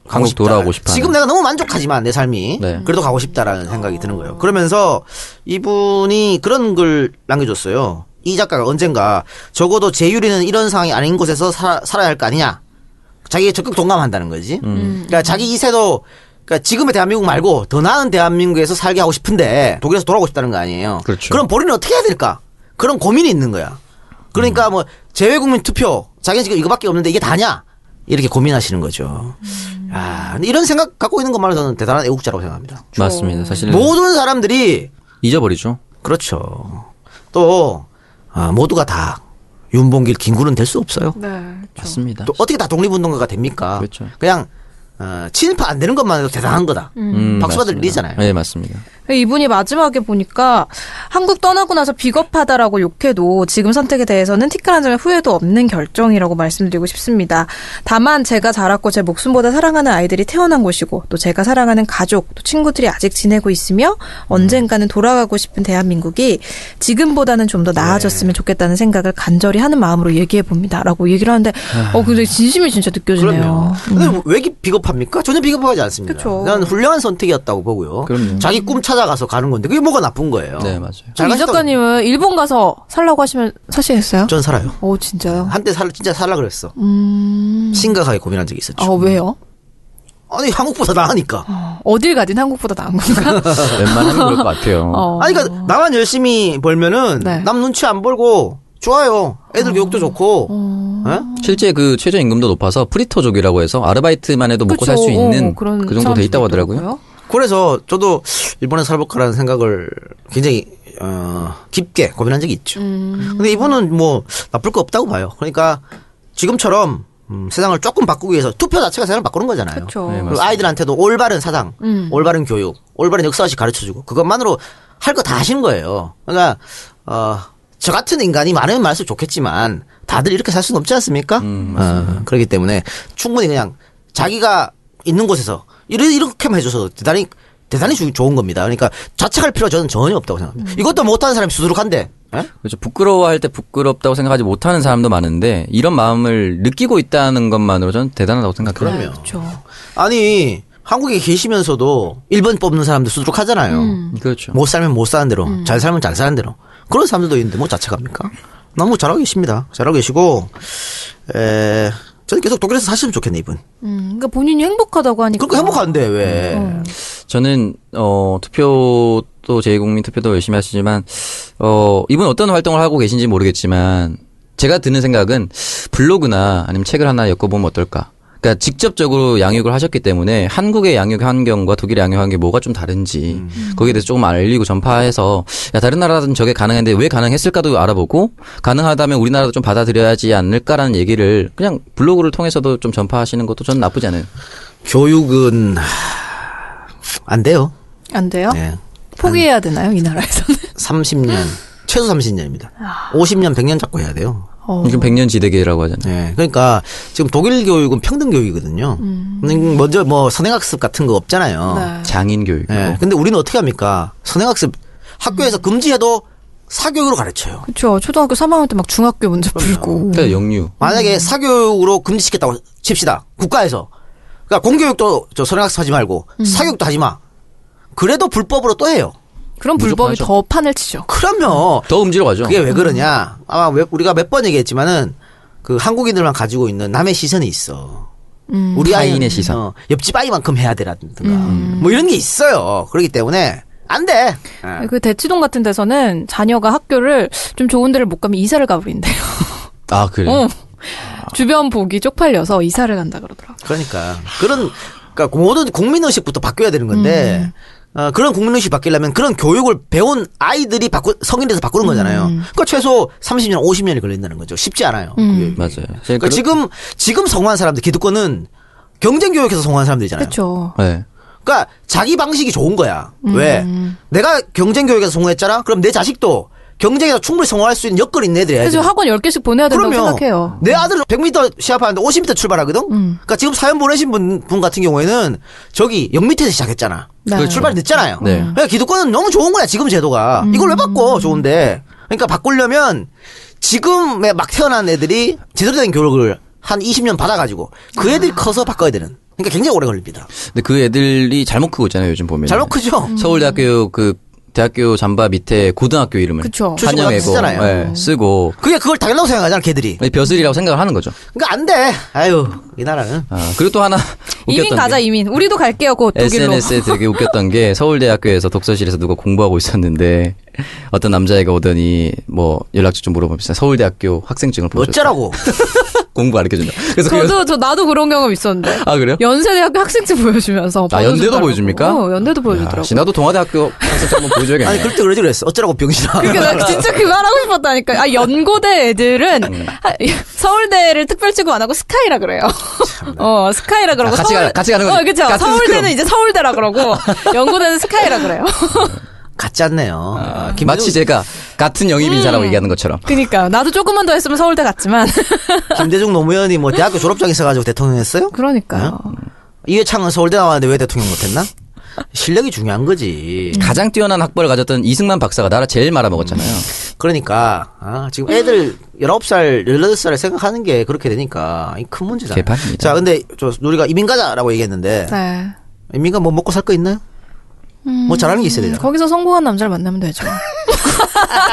D: 한국 돌아오고
C: 음.
D: 싶어.
C: 지금 내가 너무 만족하지만 내 삶이
D: 네.
C: 그래도 가고 싶다라는 생각이 드는 거예요. 그러면서 이분이 그런 글 남겨줬어요. 이 작가가 언젠가 적어도 제유리는 이런 상황이 아닌 곳에서 살, 살아야 할 거 아니냐. 자기에 적극 동감한다는 거지.
D: 음.
C: 그러니까 자기 이세도 그러니까 지금의 대한민국 말고 더 나은 대한민국에서 살게 하고 싶은데 독일에서 돌아오고 싶다는 거 아니에요.
D: 그렇죠.
C: 럼 본인은 어떻게 해야 될까? 그런 고민이 있는 거야. 그러니까
D: 음.
C: 뭐 재외국민 투표 자기는 지금 이거밖에 없는데 이게 다냐? 이렇게 고민하시는 거죠.
D: 음.
C: 아, 근데 이런 생각 갖고 있는 것만으로는 대단한 애국자라고 생각합니다.
D: 맞습니다. 사실은
C: 모든 사람들이
D: 잊어버리죠.
C: 그렇죠. 또 아, 모두가 다 윤봉길 김구는 될 수 없어요.
B: 네.
D: 맞습니다.
C: 또 어떻게 다 독립운동가가 됩니까?
D: 그렇죠.
C: 냥 어, 친일파 안 되는 것만 해도 대단한 거다.
D: 음,
C: 박수 받을
D: 맞습니다.
C: 일이잖아요.
D: 네, 맞습니다.
B: 이분이 마지막에 보니까 한국 떠나고 나서 비겁하다라고 욕해도 지금 선택에 대해서는 티끌 한 점의 후회도 없는 결정이라고 말씀드리고 싶습니다. 다만 제가 자랐고 제 목숨보다 사랑하는 아이들이 태어난 곳이고 또 제가 사랑하는 가족 또 친구들이 아직 지내고 있으며 언젠가는 돌아가고 싶은 대한민국이 지금보다는 좀 더
C: 네.
B: 나아졌으면 좋겠다는 생각을 간절히 하는 마음으로 얘기해 봅니다라고 얘기를 하는데 어 근데 진심이 진짜
C: 아. 그럼요.
B: 느껴지네요.
C: 근데 왜 기- 비겁합니까? 전혀 비겁하지 않습니다.
B: 그쵸.
C: 난 훌륭한 선택이었다고 보고요.
D: 그럼요.
C: 자기 꿈 찾아가서 가는 건데 그게 뭐가 나쁜
B: 어.
C: 거예요?
D: 네, 맞아요.
C: 잘
B: 이
C: 가셨다고-
B: 작가님은 일본 가서 살라고 하시면 사시겠어요?
C: 전 살아요.
B: 오 진짜요?
C: 한때 살 진짜 살라 그랬어.
B: 음.
C: 심각하게 고민한 적이 있었죠.
B: 아 왜요?
C: 아니 한국보다 나으니까.
B: 어딜 가든 한국보다 나은 건가?
D: 웬만하면 그럴 것 같아요.
B: 어.
C: 아니 그러니까 나만 열심히 벌면은
B: 네. 어.
C: 남 눈치 안 벌고 좋아요. 애들 교육도 좋고. 예?
D: 실제 그 최저임금도 높아서 프리터족이라고 해서 아르바이트만 해도 먹고 살 수
B: 그쵸.
D: 있는
B: 어, 그런
D: 그 정도 돼
B: 사람들이
D: 있다고 하더라고요.
B: 있더라고요.
C: 그래서 저도 일본에 살볼까라는 생각을 굉장히 어, 깊게 고민한 적이 있죠. 근데 이분은 뭐 나쁠 거 없다고 봐요. 그러니까 지금처럼 음, 세상을 조금 바꾸기 위해서 투표 자체가 세상을 바꾸는 거잖아요.
B: 그렇죠.
D: 네,
C: 그리고 아이들한테도 올바른 사상, 올바른 교육, 올바른 역사식 가르쳐주고 그것만으로 할 거 다 하시는 거예요. 그러니까 어, 저 같은 인간이 많으면 많을수록 좋겠지만 다들 이렇게 살 수는 없지 않습니까? 어, 그렇기 때문에 충분히 그냥 자기가 있는 곳에서 이런 이렇게만 해줘서 대단히 대단히 주- 좋은 겁니다. 그러니까 자책할 필요 가 저는 전혀 없다고 생각합니다. 이것도 못하는 사람이 수두룩한데. 예?
D: 그렇죠. 부끄러워할 때 부끄럽다고 생각하지 못하는 사람도 많은데 이런 마음을 느끼고 있다는 것만으로 저는 대단하다고 생각해요.
C: 그럼요.
B: 그렇죠.
C: 아니 한국에 계시면서도 1번 뽑는 사람들 수두룩하잖아요.
D: 그렇죠.
C: 못 살면 못 사는 대로, 잘 살면 잘 사는 대로. 그런 사람들도 있는데 뭐 자책합니까? 너무 잘하고 계십니다. 잘하고 계시고, 에, 저는 계속 독일에서 사시면 좋겠네, 이분.
B: 음, 그러니까 본인이 행복하다고 하니까.
C: 그렇게 행복한데, 왜.
D: 저는 어 투표도 제국민 투표도 열심히 하시지만 어 이분 어떤 활동을 하고 계신지 모르겠지만 제가 드는 생각은 블로그나 아니면 책을 하나 엮어보면 어떨까. 그러니까 직접적으로 양육을 하셨기 때문에 한국의 양육 환경과 독일의 양육 환경이 뭐가 좀 다른지
B: 음.
D: 거기에 대해서 조금 알리고 전파해서 야 다른 나라든 저게 가능한데 왜 가능했을까도 알아보고 가능하다면 우리나라도 좀 받아들여야지 않을까라는 얘기를 그냥 블로그를 통해서도 좀 전파하시는 것도 저는 나쁘지 않아요.
C: 교육은, 하, 안 돼요.
B: 안 돼요?
C: 네.
B: 포기해야 되나요, 이 나라에서는?
C: 30년, 최소 30년입니다. 50년, 100년 잡고 해야 돼요.
B: 어.
D: 지금 백년 지대계라고 하잖아요.
C: 예. 그러니까 지금 독일 교육은 평등 교육이거든요. 음, 먼저 뭐 선행학습 같은 거 없잖아요.
B: 네.
D: 장인 교육.
C: 예. 근데 우리는 어떻게 합니까? 선행학습 학교에서 금지해도 사교육으로 가르쳐요.
B: 그렇죠. 초등학교 3학년 때 막 중학교 문제 풀고.
C: 네.
D: 그러니까 영유.
C: 만약에 사교육으로 금지시켰다고 칩시다. 국가에서. 그러니까 공교육도 저 선행학습 하지 말고
D: 음.
C: 사교육도 하지 마. 그래도 불법으로 또 해요.
B: 그런
D: 무조건
B: 불법이
D: 하죠.
B: 더 판을 치죠.
C: 그러면
D: 더 음지로 가죠.
C: 그게 왜 그러냐? 아마 왜- 우리가 몇 번 얘기했지만은 그 한국인들만 가지고 있는 남의 시선이 있어. 우리 아이는,
D: 음. 타인의 시선. 음.
C: 어, 옆집 아이만큼 해야 되라든가 뭐 이런 게 있어요. 그렇기 때문에 안 돼.
D: 네.
C: 예.
B: 그 대치동 같은 데서는 자녀가 학교를 좀 좋은 데를 못 가면 이사를 가버린대요.
D: 아 그래.
B: 어. 주변 보기 쪽팔려서 이사를 간다
D: 아,
B: 그러더라고요.
C: 그러니까 그런 그러니까 모든 국민 의식부터 바뀌어야 되는 건데
B: 음.
C: 어, 그런 국민 의식 바뀌려면 그런 교육을 배운 아이들이 바꾸 성인돼서
B: 음.
C: 바꾸는 거잖아요. 그러니까 최소 30년, 50년이 걸린다는 거죠. 쉽지 않아요.
B: 음,
C: 그 교육이.
D: 맞아요.
C: 그러니까 지금 지금 성공한 사람들 기득권은 경쟁 교육에서 성공한 사람들이잖아요.
B: 그렇죠.
D: 네.
C: 그러니까 자기 방식이 좋은 거야.
B: 음.
C: 왜? 내가 경쟁 교육에서 성공했잖아. 그럼 내 자식도 경쟁에서 충분히 성공할 수 있는 여건이 있는
D: 네,
C: 애들이야.
B: 그래서 학원 10개씩 보내야 된다고 아, 네, 생각해요. 음.
C: 내 아들 100m 시합하는데 50m 출발하거든? 그러니까 지금 사연 보내신 분, 분 같은 경우에는 저기 0m에서 시작했잖아.
B: 네. 음.
C: 그리고 출발이 늦잖아요.
D: 네.
C: 그러니까 기득권은 너무 좋은 거야, 지금 제도가. 이걸 왜 바꿔, 좋은데. 그러니까 바꾸려면 지금에 막 태어난 애들이 제대로 된 교육을 한 20년 받아가지고 그 애들이 커서 바꿔야 되는. 그러니까 굉장히 오래 걸립니다.
D: 근데 그 애들이 잘못 크고 있잖아요. 요즘
B: 네.
D: 보면.
C: 잘못 크죠?
B: 음.
C: 음.
D: 서울대학교 그 대학교 잠바 밑에 고등학교 이름을
B: 그쵸.
C: 출신
D: 한영애고
C: 고등학교 쓰잖아요.
D: 네, 쓰고
C: 그게 그걸 당연하고 생각하잖아, 걔들이.
D: 벼슬이라고 생각을 하는 거죠.
C: 그러니까 안 돼. 아유, 이 나라는.
D: 아, 그리고 또 하나
B: 이민
D: 웃겼던
B: 가자,
D: 게
B: 이민. 우리도 갈게요, 곧 독일로.
D: SNS에 되게 웃겼던 게 서울대학교에서 독서실에서 누가 공부하고 있었는데 어떤 남자애가 오더니 뭐 연락처 좀 물어봅시다. 서울대학교 학생증을 보여줬어.
C: 어쩌라고.
D: 공부 가르쳐 준다. 그래서 그
B: 저도, 저, 나도 그런 경험 있었는데.
D: 아, 그래요?
B: 연세대학교 학생증 보여주면서.
D: 아,
B: 보여준다고.
D: 연대도 보여줍니까?
B: 어, 연대도 보여주더라고요.
D: 야, 나도 동아대학교 학생증 한번 보여줘야겠네.
C: 아니, 그럴 때 그러지 그랬어. 어쩌라고, 병신아.
B: 그러니까 나 진짜 그거 하라고 싶었다니까. 아, 연고대
D: 음.
B: 애들은 하- 서울대를 특별 취급 안 하고 스카이라 그래요. 어, 스카이라 그러고.
D: 아, 같이 가- 같이 가는 거지.
B: 어, 그쵸.
D: 같은
B: 서울대는
D: 스크럼.
B: 이제 서울대라 그러고, 연고대는 스카이라 그래요.
C: 같지 않네요. 아, 김민우-
D: 마치 제가 같은 영입인 사라고
B: 음.
D: 얘기하는 것처럼.
B: 그니까. 나도 조금만 더 했으면 서울대 갔지만.
C: 김대중 노무현이 뭐 대학교 졸업장 있어가지고 대통령 했어요?
B: 그러니까요.
D: 음,
C: 이회창은 서울대 나왔는데 왜 대통령 못했나? 실력이 중요한 거지.
B: 음.
D: 가장 뛰어난 학벌을 가졌던 이승만 박사가 나라 제일 말아먹었잖아요.
C: 그러니까 아, 지금 애들 19살, 18살을 생각하는 게 그렇게 되니까 이큰 문제잖아.
D: 개판입니다.
C: 자, 근데 저 우리가 이민 가자라고 얘기했는데
B: 네.
C: 이민가 뭐 먹고 살 거 있나요? 뭐 잘하는 게 있어야
B: 음,
C: 되잖아.
B: 거기서 성공한 남자를 만나면 되죠.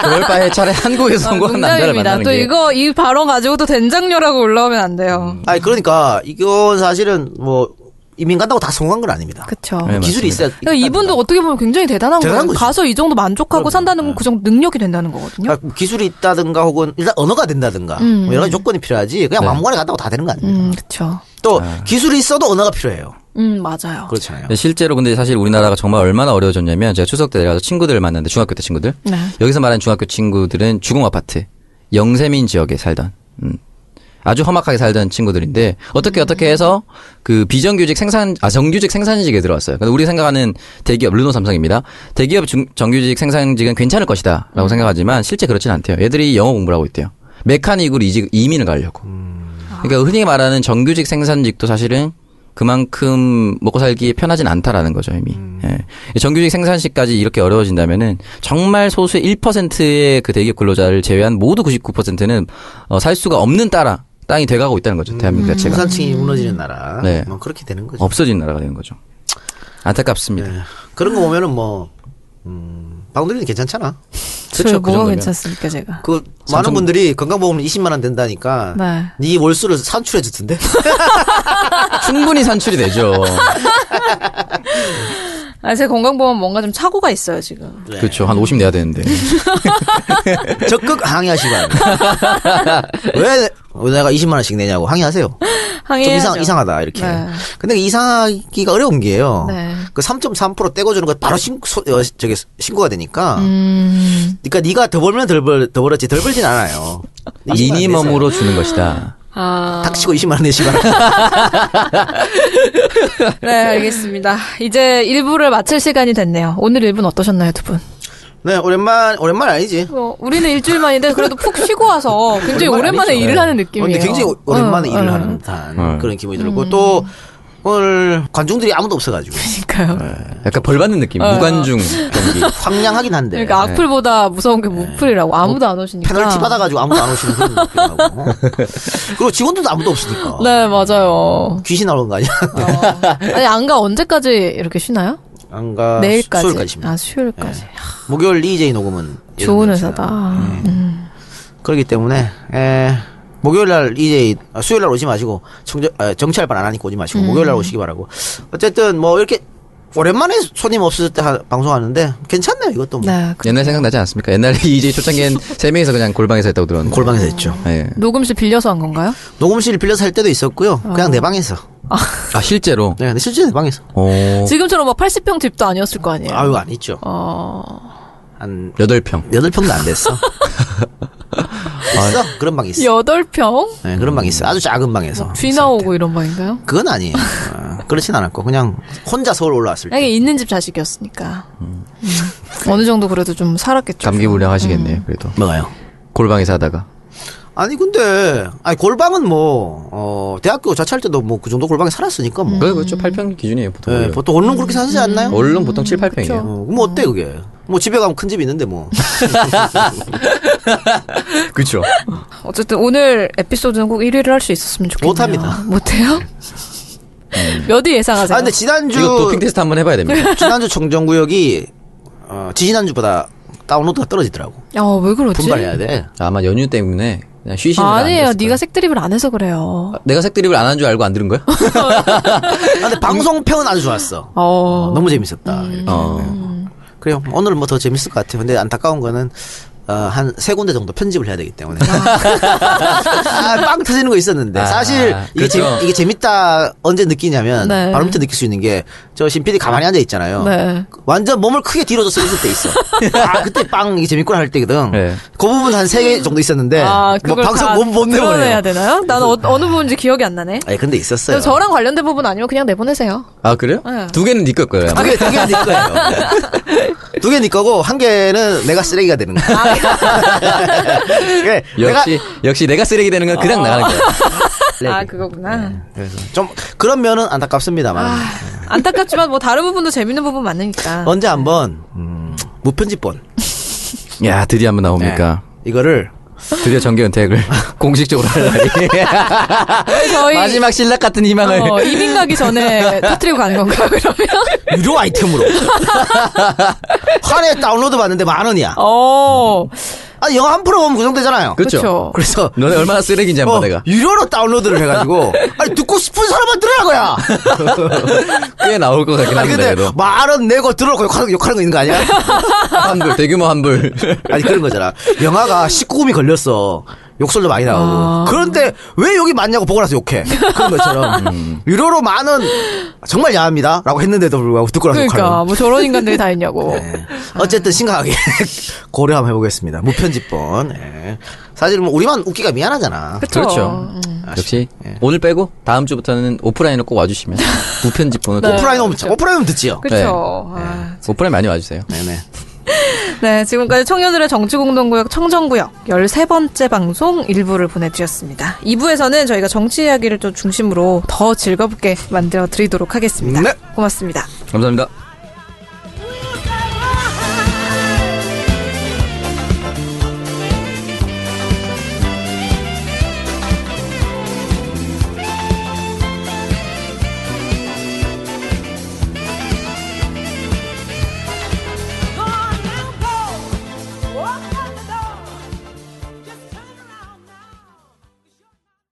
D: 그럴 바에 차라리 한국에서 성공한 남자를
B: 아, 농담입니다.
D: 만나는
B: 또
D: 게.
B: 이거, 이 발언 가지고 또 된장녀라고 올라오면 안 돼요.
D: 음.
C: 아니 그러니까 이건 사실은 뭐 이민 간다고 다 성공한 건 아닙니다.
B: 그쵸.
D: 네,
C: 기술이
D: 맞습니다.
C: 있어야.
B: 그러니까 이분도 어떻게 보면 굉장히 대단한
C: 대단한
B: 거예요.
C: 거죠. 네.
B: 가서 이 정도 만족하고 산다는 건 그 정도 능력이 된다는 거거든요.
C: 그러니까 기술이 있다든가 혹은 일단 언어가 된다든가 뭐 여러 가지 조건이 필요하지 그냥
D: 네.
C: 아무거나 간다고 다 되는 거 아닙니까?
B: 음, 그쵸.
C: 또 기술이 있어도 언어가 필요해요. 네.
B: 음, 맞아요.
C: 그렇잖아요.
D: 실제로 근데 사실 우리나라가 정말 얼마나 어려워졌냐면 제가 추석 때 내려가서 친구들을 만났는데 중학교 때 친구들.
B: 네.
D: 여기서 말하는 중학교 친구들은 주공 아파트, 영세민 지역에 살던 음, 아주 험악하게 살던 친구들인데 어떻게 어떻게 해서 그 비정규직 생산 아 정규직 생산직에 들어왔어요. 근데 우리 생각하는 대기업 르노 삼성입니다. 대기업 중- 정규직 생산직은 괜찮을 것이다라고 생각하지만 실제 그렇진 않대요. 얘들이 영어 공부를 하고 있대요. 메카닉으로 이직 이민을 가려고. 그러니까 흔히 말하는 정규직 생산직도 사실은 그만큼 먹고 살기 편하진 않다라는 거죠 이미.
C: 음.
D: 예. 정규직 생산직까지 이렇게 어려워진다면은 정말 소수의 1%의 그 대기업 근로자를 제외한 모두 99%는 어, 살 수가 없는 따라 땅이 돼가고 있다는
C: 음.
D: 거죠 대한민국 자체가
C: 중산층이 무너지는 나라.
D: 네.
C: 뭐 그렇게 되는 거죠.
D: 없어진 나라가 되는 거죠. 안타깝습니다.
C: 네. 그런 거 보면은 뭐 음, 방들이는 괜찮잖아.
D: 그쵸,
B: 저희
D: 그
B: 뭐가
D: 정도면.
B: 괜찮습니까 제가?
C: 그 많은
D: 삼성-
C: 분들이 건강보험 20만 원 된다니까
B: 네.
C: 네 월수를 산출해 주던데.
D: 충분히 산출이 되죠.
B: 아, 제 건강보험 뭔가 좀 착오가 있어요 지금.
C: 네.
D: 그렇죠. 한 50 내야 되는데.
C: 적극 항의하시고 왜, 왜 내가 20만 원씩 내냐고 항의하세요. 좀
B: 항의해야죠.
C: 이상, 이상하다 이렇게.
B: 네.
C: 근데 그 이상하기가 어려운 게요.
B: 네.
C: 그 3.3% 떼고 주는 거 바로 신, 소, 어, 저기 신고가 되니까.
B: 음.
C: 그러니까 네가 더 벌면 덜, 벌, 더 벌었지 덜 벌진 않아요. 20만 원 내세요.
D: 미니멈으로 주는 것이다.
B: 아,
C: 닥치고 20만 원 내시고 하라.
B: 네 알겠습니다. 이제 1부를 마칠 시간이 됐네요. 오늘 1부는 어떠셨나요 두 분?
C: 네 오랜만 오랜만 아니지.
B: 어, 우리는 일주일만인데 그래도 푹 쉬고 와서 굉장히 오랜만에
C: 아니죠.
B: 일을 하는
C: 네.
B: 느낌이에요.
C: 근데 굉장히 오- 오랜만에
B: 어, 음.
C: 일을
B: 어.
C: 하는 듯한
D: 어.
C: 그런 기분이 들고 또 오늘 관중들이 아무도 없어가지고
B: 그러니까요.
C: 네.
D: 약간 벌 받는 느낌. 무관중 경기.
C: 황량하긴 한데
B: 그러니까 악플보다 무서운 게 무플이라고 아무도 안 오시니까.
C: 네. 어, 페널티 받아가지고 아무도 안 오시는 그런 느낌이 하고 그리고 직원들도 아무도 없으니까
B: 네 맞아요.
C: 귀신 나오는 거 아니야?
B: 아니 안가 언제까지 이렇게 쉬나요?
C: 안가
B: 내일까지.
C: 수요일까지입니다. 네.
B: 아 수요일까지.
C: 목요일 EJ 녹음은
B: 좋은
C: 예정되어
B: 회사다.
C: 있어요.
B: 음.
C: 그렇기 때문에 에, 목요일 날 EJ 아, 수요일 날 오지 마시고 청저, 아, 정찰반 안 하니까 오지 마시고
B: 음.
C: 목요일 날 오시기 바라고. 어쨌든 뭐 이렇게 오랜만에 손님 없을 때 하- 방송하는데 괜찮네요 이것도 뭐.
B: 네. 그-
D: 옛날 생각나지 않습니까? 옛날에 이제 초창기엔 세 명이서 그냥 골방에서 했다고 들었는데.
C: 골방에서 했죠.
D: 예.
B: 녹음실 빌려서 한 건가요?
C: 녹음실 빌려서 할 때도 있었고요.
B: 어.
C: 그냥 내 방에서.
D: 아 실제로.
C: 네, 근데 실제 내 방에서.
D: 오.
B: 지금처럼 막 80평 집도 아니었을 거 아니에요.
C: 어. 아유 안 있죠.
B: 예. 어,
C: 한
D: 여덟 평.
C: 여덟 평도 안 됐어. 있어 그런 방 있어.
B: 여덟 음, 평?
C: 네, 그런 방 있어. 아주 작은 방에서.
B: 쥐 나오고 이런 방인가요?
C: 그건 아니에요. 아, 그렇진 않았고 그냥 혼자 서울 올라왔을 때.
B: 이게 있는 집 자식이었으니까. 음. 어느 정도 그래도 좀 살았겠죠.
D: 감기불량 하시겠네요. 그래도
C: 뭐가요?
D: 골방에서 하다가.
C: 아니 근데 아니 골방은 뭐 어, 대학교 자취할 때도 뭐 그 정도 골방에 살았으니까
B: 음.
C: 뭐.
D: 그 그렇죠. 8평 기준이에요 보통.
C: 예, 보통 얼른 그렇게 사지 않나요?
D: 얼른 보통 7, 8평이에요.
C: 어, 그럼 어때 그게? 뭐 집에 가면 큰 집 있는데 뭐.
D: 그렇죠.
B: 어쨌든 오늘 에피소드는 꼭 1위를 할 수 있었으면 좋겠네요.
C: 못합니다.
B: 못해요? 몇 위 예상하세요?
C: 아 근데 지난주
D: 이거 도핑 테스트 한번 해봐야 됩니다.
C: 지난주 청정구역이 어, 지지난주보다 다운로드가 떨어지더라고.
B: 아, 왜 그러지?
C: 분발해야 돼.
D: 아마 연휴 때문에 그냥 쉬시는 건
B: 아니에요.
D: 아니었을 거예요. 아,
B: 네가 색드립을 안 해서 그래요.
D: 내가 색드립을 안 한 줄 알고 안 들은 거야?
C: 아, 근데 방송평은 아주 좋았어.
B: 어.
C: 어, 너무 재밌었다. 이렇게.
D: 어.
C: 그래요. 오늘은 뭐 더 재밌을 것 같아요. 근데 안타까운 거는 어, 한 세 군데 정도 편집을 해야 되기 때문에 아, 빵 터지는 거 있었는데
D: 아,
C: 사실 이게,
D: 그렇죠.
C: 재미, 이게 재밌다 언제 느끼냐면
B: 네.
C: 바로 밑에 느낄 수 있는 게 저 신PD 가만히 앉아 있잖아요.
B: 네.
C: 완전 몸을 크게 뒤로 져서 있을 때 있어. 아 그때 빵 이게 재밌구나 할 때거든.
D: 네.
C: 그 부분 한 세 개 정도 있었는데
B: 아,
C: 뭐
B: 그걸
C: 방송
B: 다
C: 못, 못
B: 드러내야
C: 내보내요. 네.
B: 되나요? 나는 어, 어느 부분인지 기억이 안 나네.
C: 아니 근데 있었어요.
B: 저랑 관련된 부분 아니면 그냥 내보내세요.
D: 아 그래요?
B: 네.
D: 두 개는 네걸 거예요. 아마.
C: 두개 두개네 거예요. 뭐. 두 개 네 거고 한 개는 내가 쓰레기가 되는 거야.
B: 아, 네.
C: 그래, 내가
D: 역시 역시 내가 쓰레기 되는 건 그냥 나가는 거예요.
C: 네.
B: 아, 그거구나.
C: 그래서 좀 그런 면은 안타깝습니다만
B: 아. 안타깝지만 뭐 다른 부분도 재밌는 부분 많으니까.
C: 언제 한번 음, 무편집본
D: 야 드디어 한번 나옵니까?
C: 네. 이거를
D: 드디어 정계 은퇴를 공식적으로 할 날이.
B: 네, 저희
D: 마지막 신락 같은 희망을.
B: 어, 이민 가기 전에 터트리고 가는 건가요, 그러면?
C: 유료 아이템으로 한 해 다운로드 받는데 만 원이야.
B: 어.
C: 아 영화 한 프로 보면 그 정도 되잖아요.
D: 그렇죠.
B: 그쵸.
C: 그래서
D: 너네 얼마나 쓰레기인지 한번
C: 어,
D: 내가
C: 유료로 다운로드를 해가지고 아니 듣고 싶은 사람만 들으라 거야.
D: 꽤 나올 것 같긴
C: 아니
D: 한데
C: 근데
D: 그래도
C: 만 원 내고 들으라고 욕하는, 욕하는 거 있는 거 아니야?
D: 환불 대규모 환불
C: 아니 그런 거잖아. 영화가 19금이 걸렸어. 욕설도 많이 나오고. 그런데 왜 여기 맞냐고 보고 나서 욕해. 그런
D: 음.
C: 것처럼. 유료로 만원 정말 야합니다. 라고 했는데도 불구하고 듣고 나서
B: 그러니까
C: 욕하는.
B: 뭐 저런 인간들이 다 있냐고.
C: 그렇죠. 네. 어쨌든 심각하게 고려 한번 해보겠습니다. 무편집본. 예. 사실 뭐 우리만 웃기가 미안하잖아. 아,
B: 그쵸?
D: 그렇죠. 예.
B: 음.
D: 역시 오늘 빼고 다음 주부터는 오프라인으로 꼭 와주시면 무편집 보는 꼭
C: 오프라인 오면 오프라인 오면 듣지요.
B: 그렇죠.
C: 네.
B: 아,
D: 오프라인 많이 와주세요.
C: 네네.
B: 네, 지금까지 청년들의 정치공동구역 청정구역 13번째 방송 1부를 보내드렸습니다. 2부에서는 저희가 정치 이야기를 좀 중심으로 더 즐겁게 만들어 드리도록 하겠습니다.
C: 네.
B: 고맙습니다.
D: 감사합니다.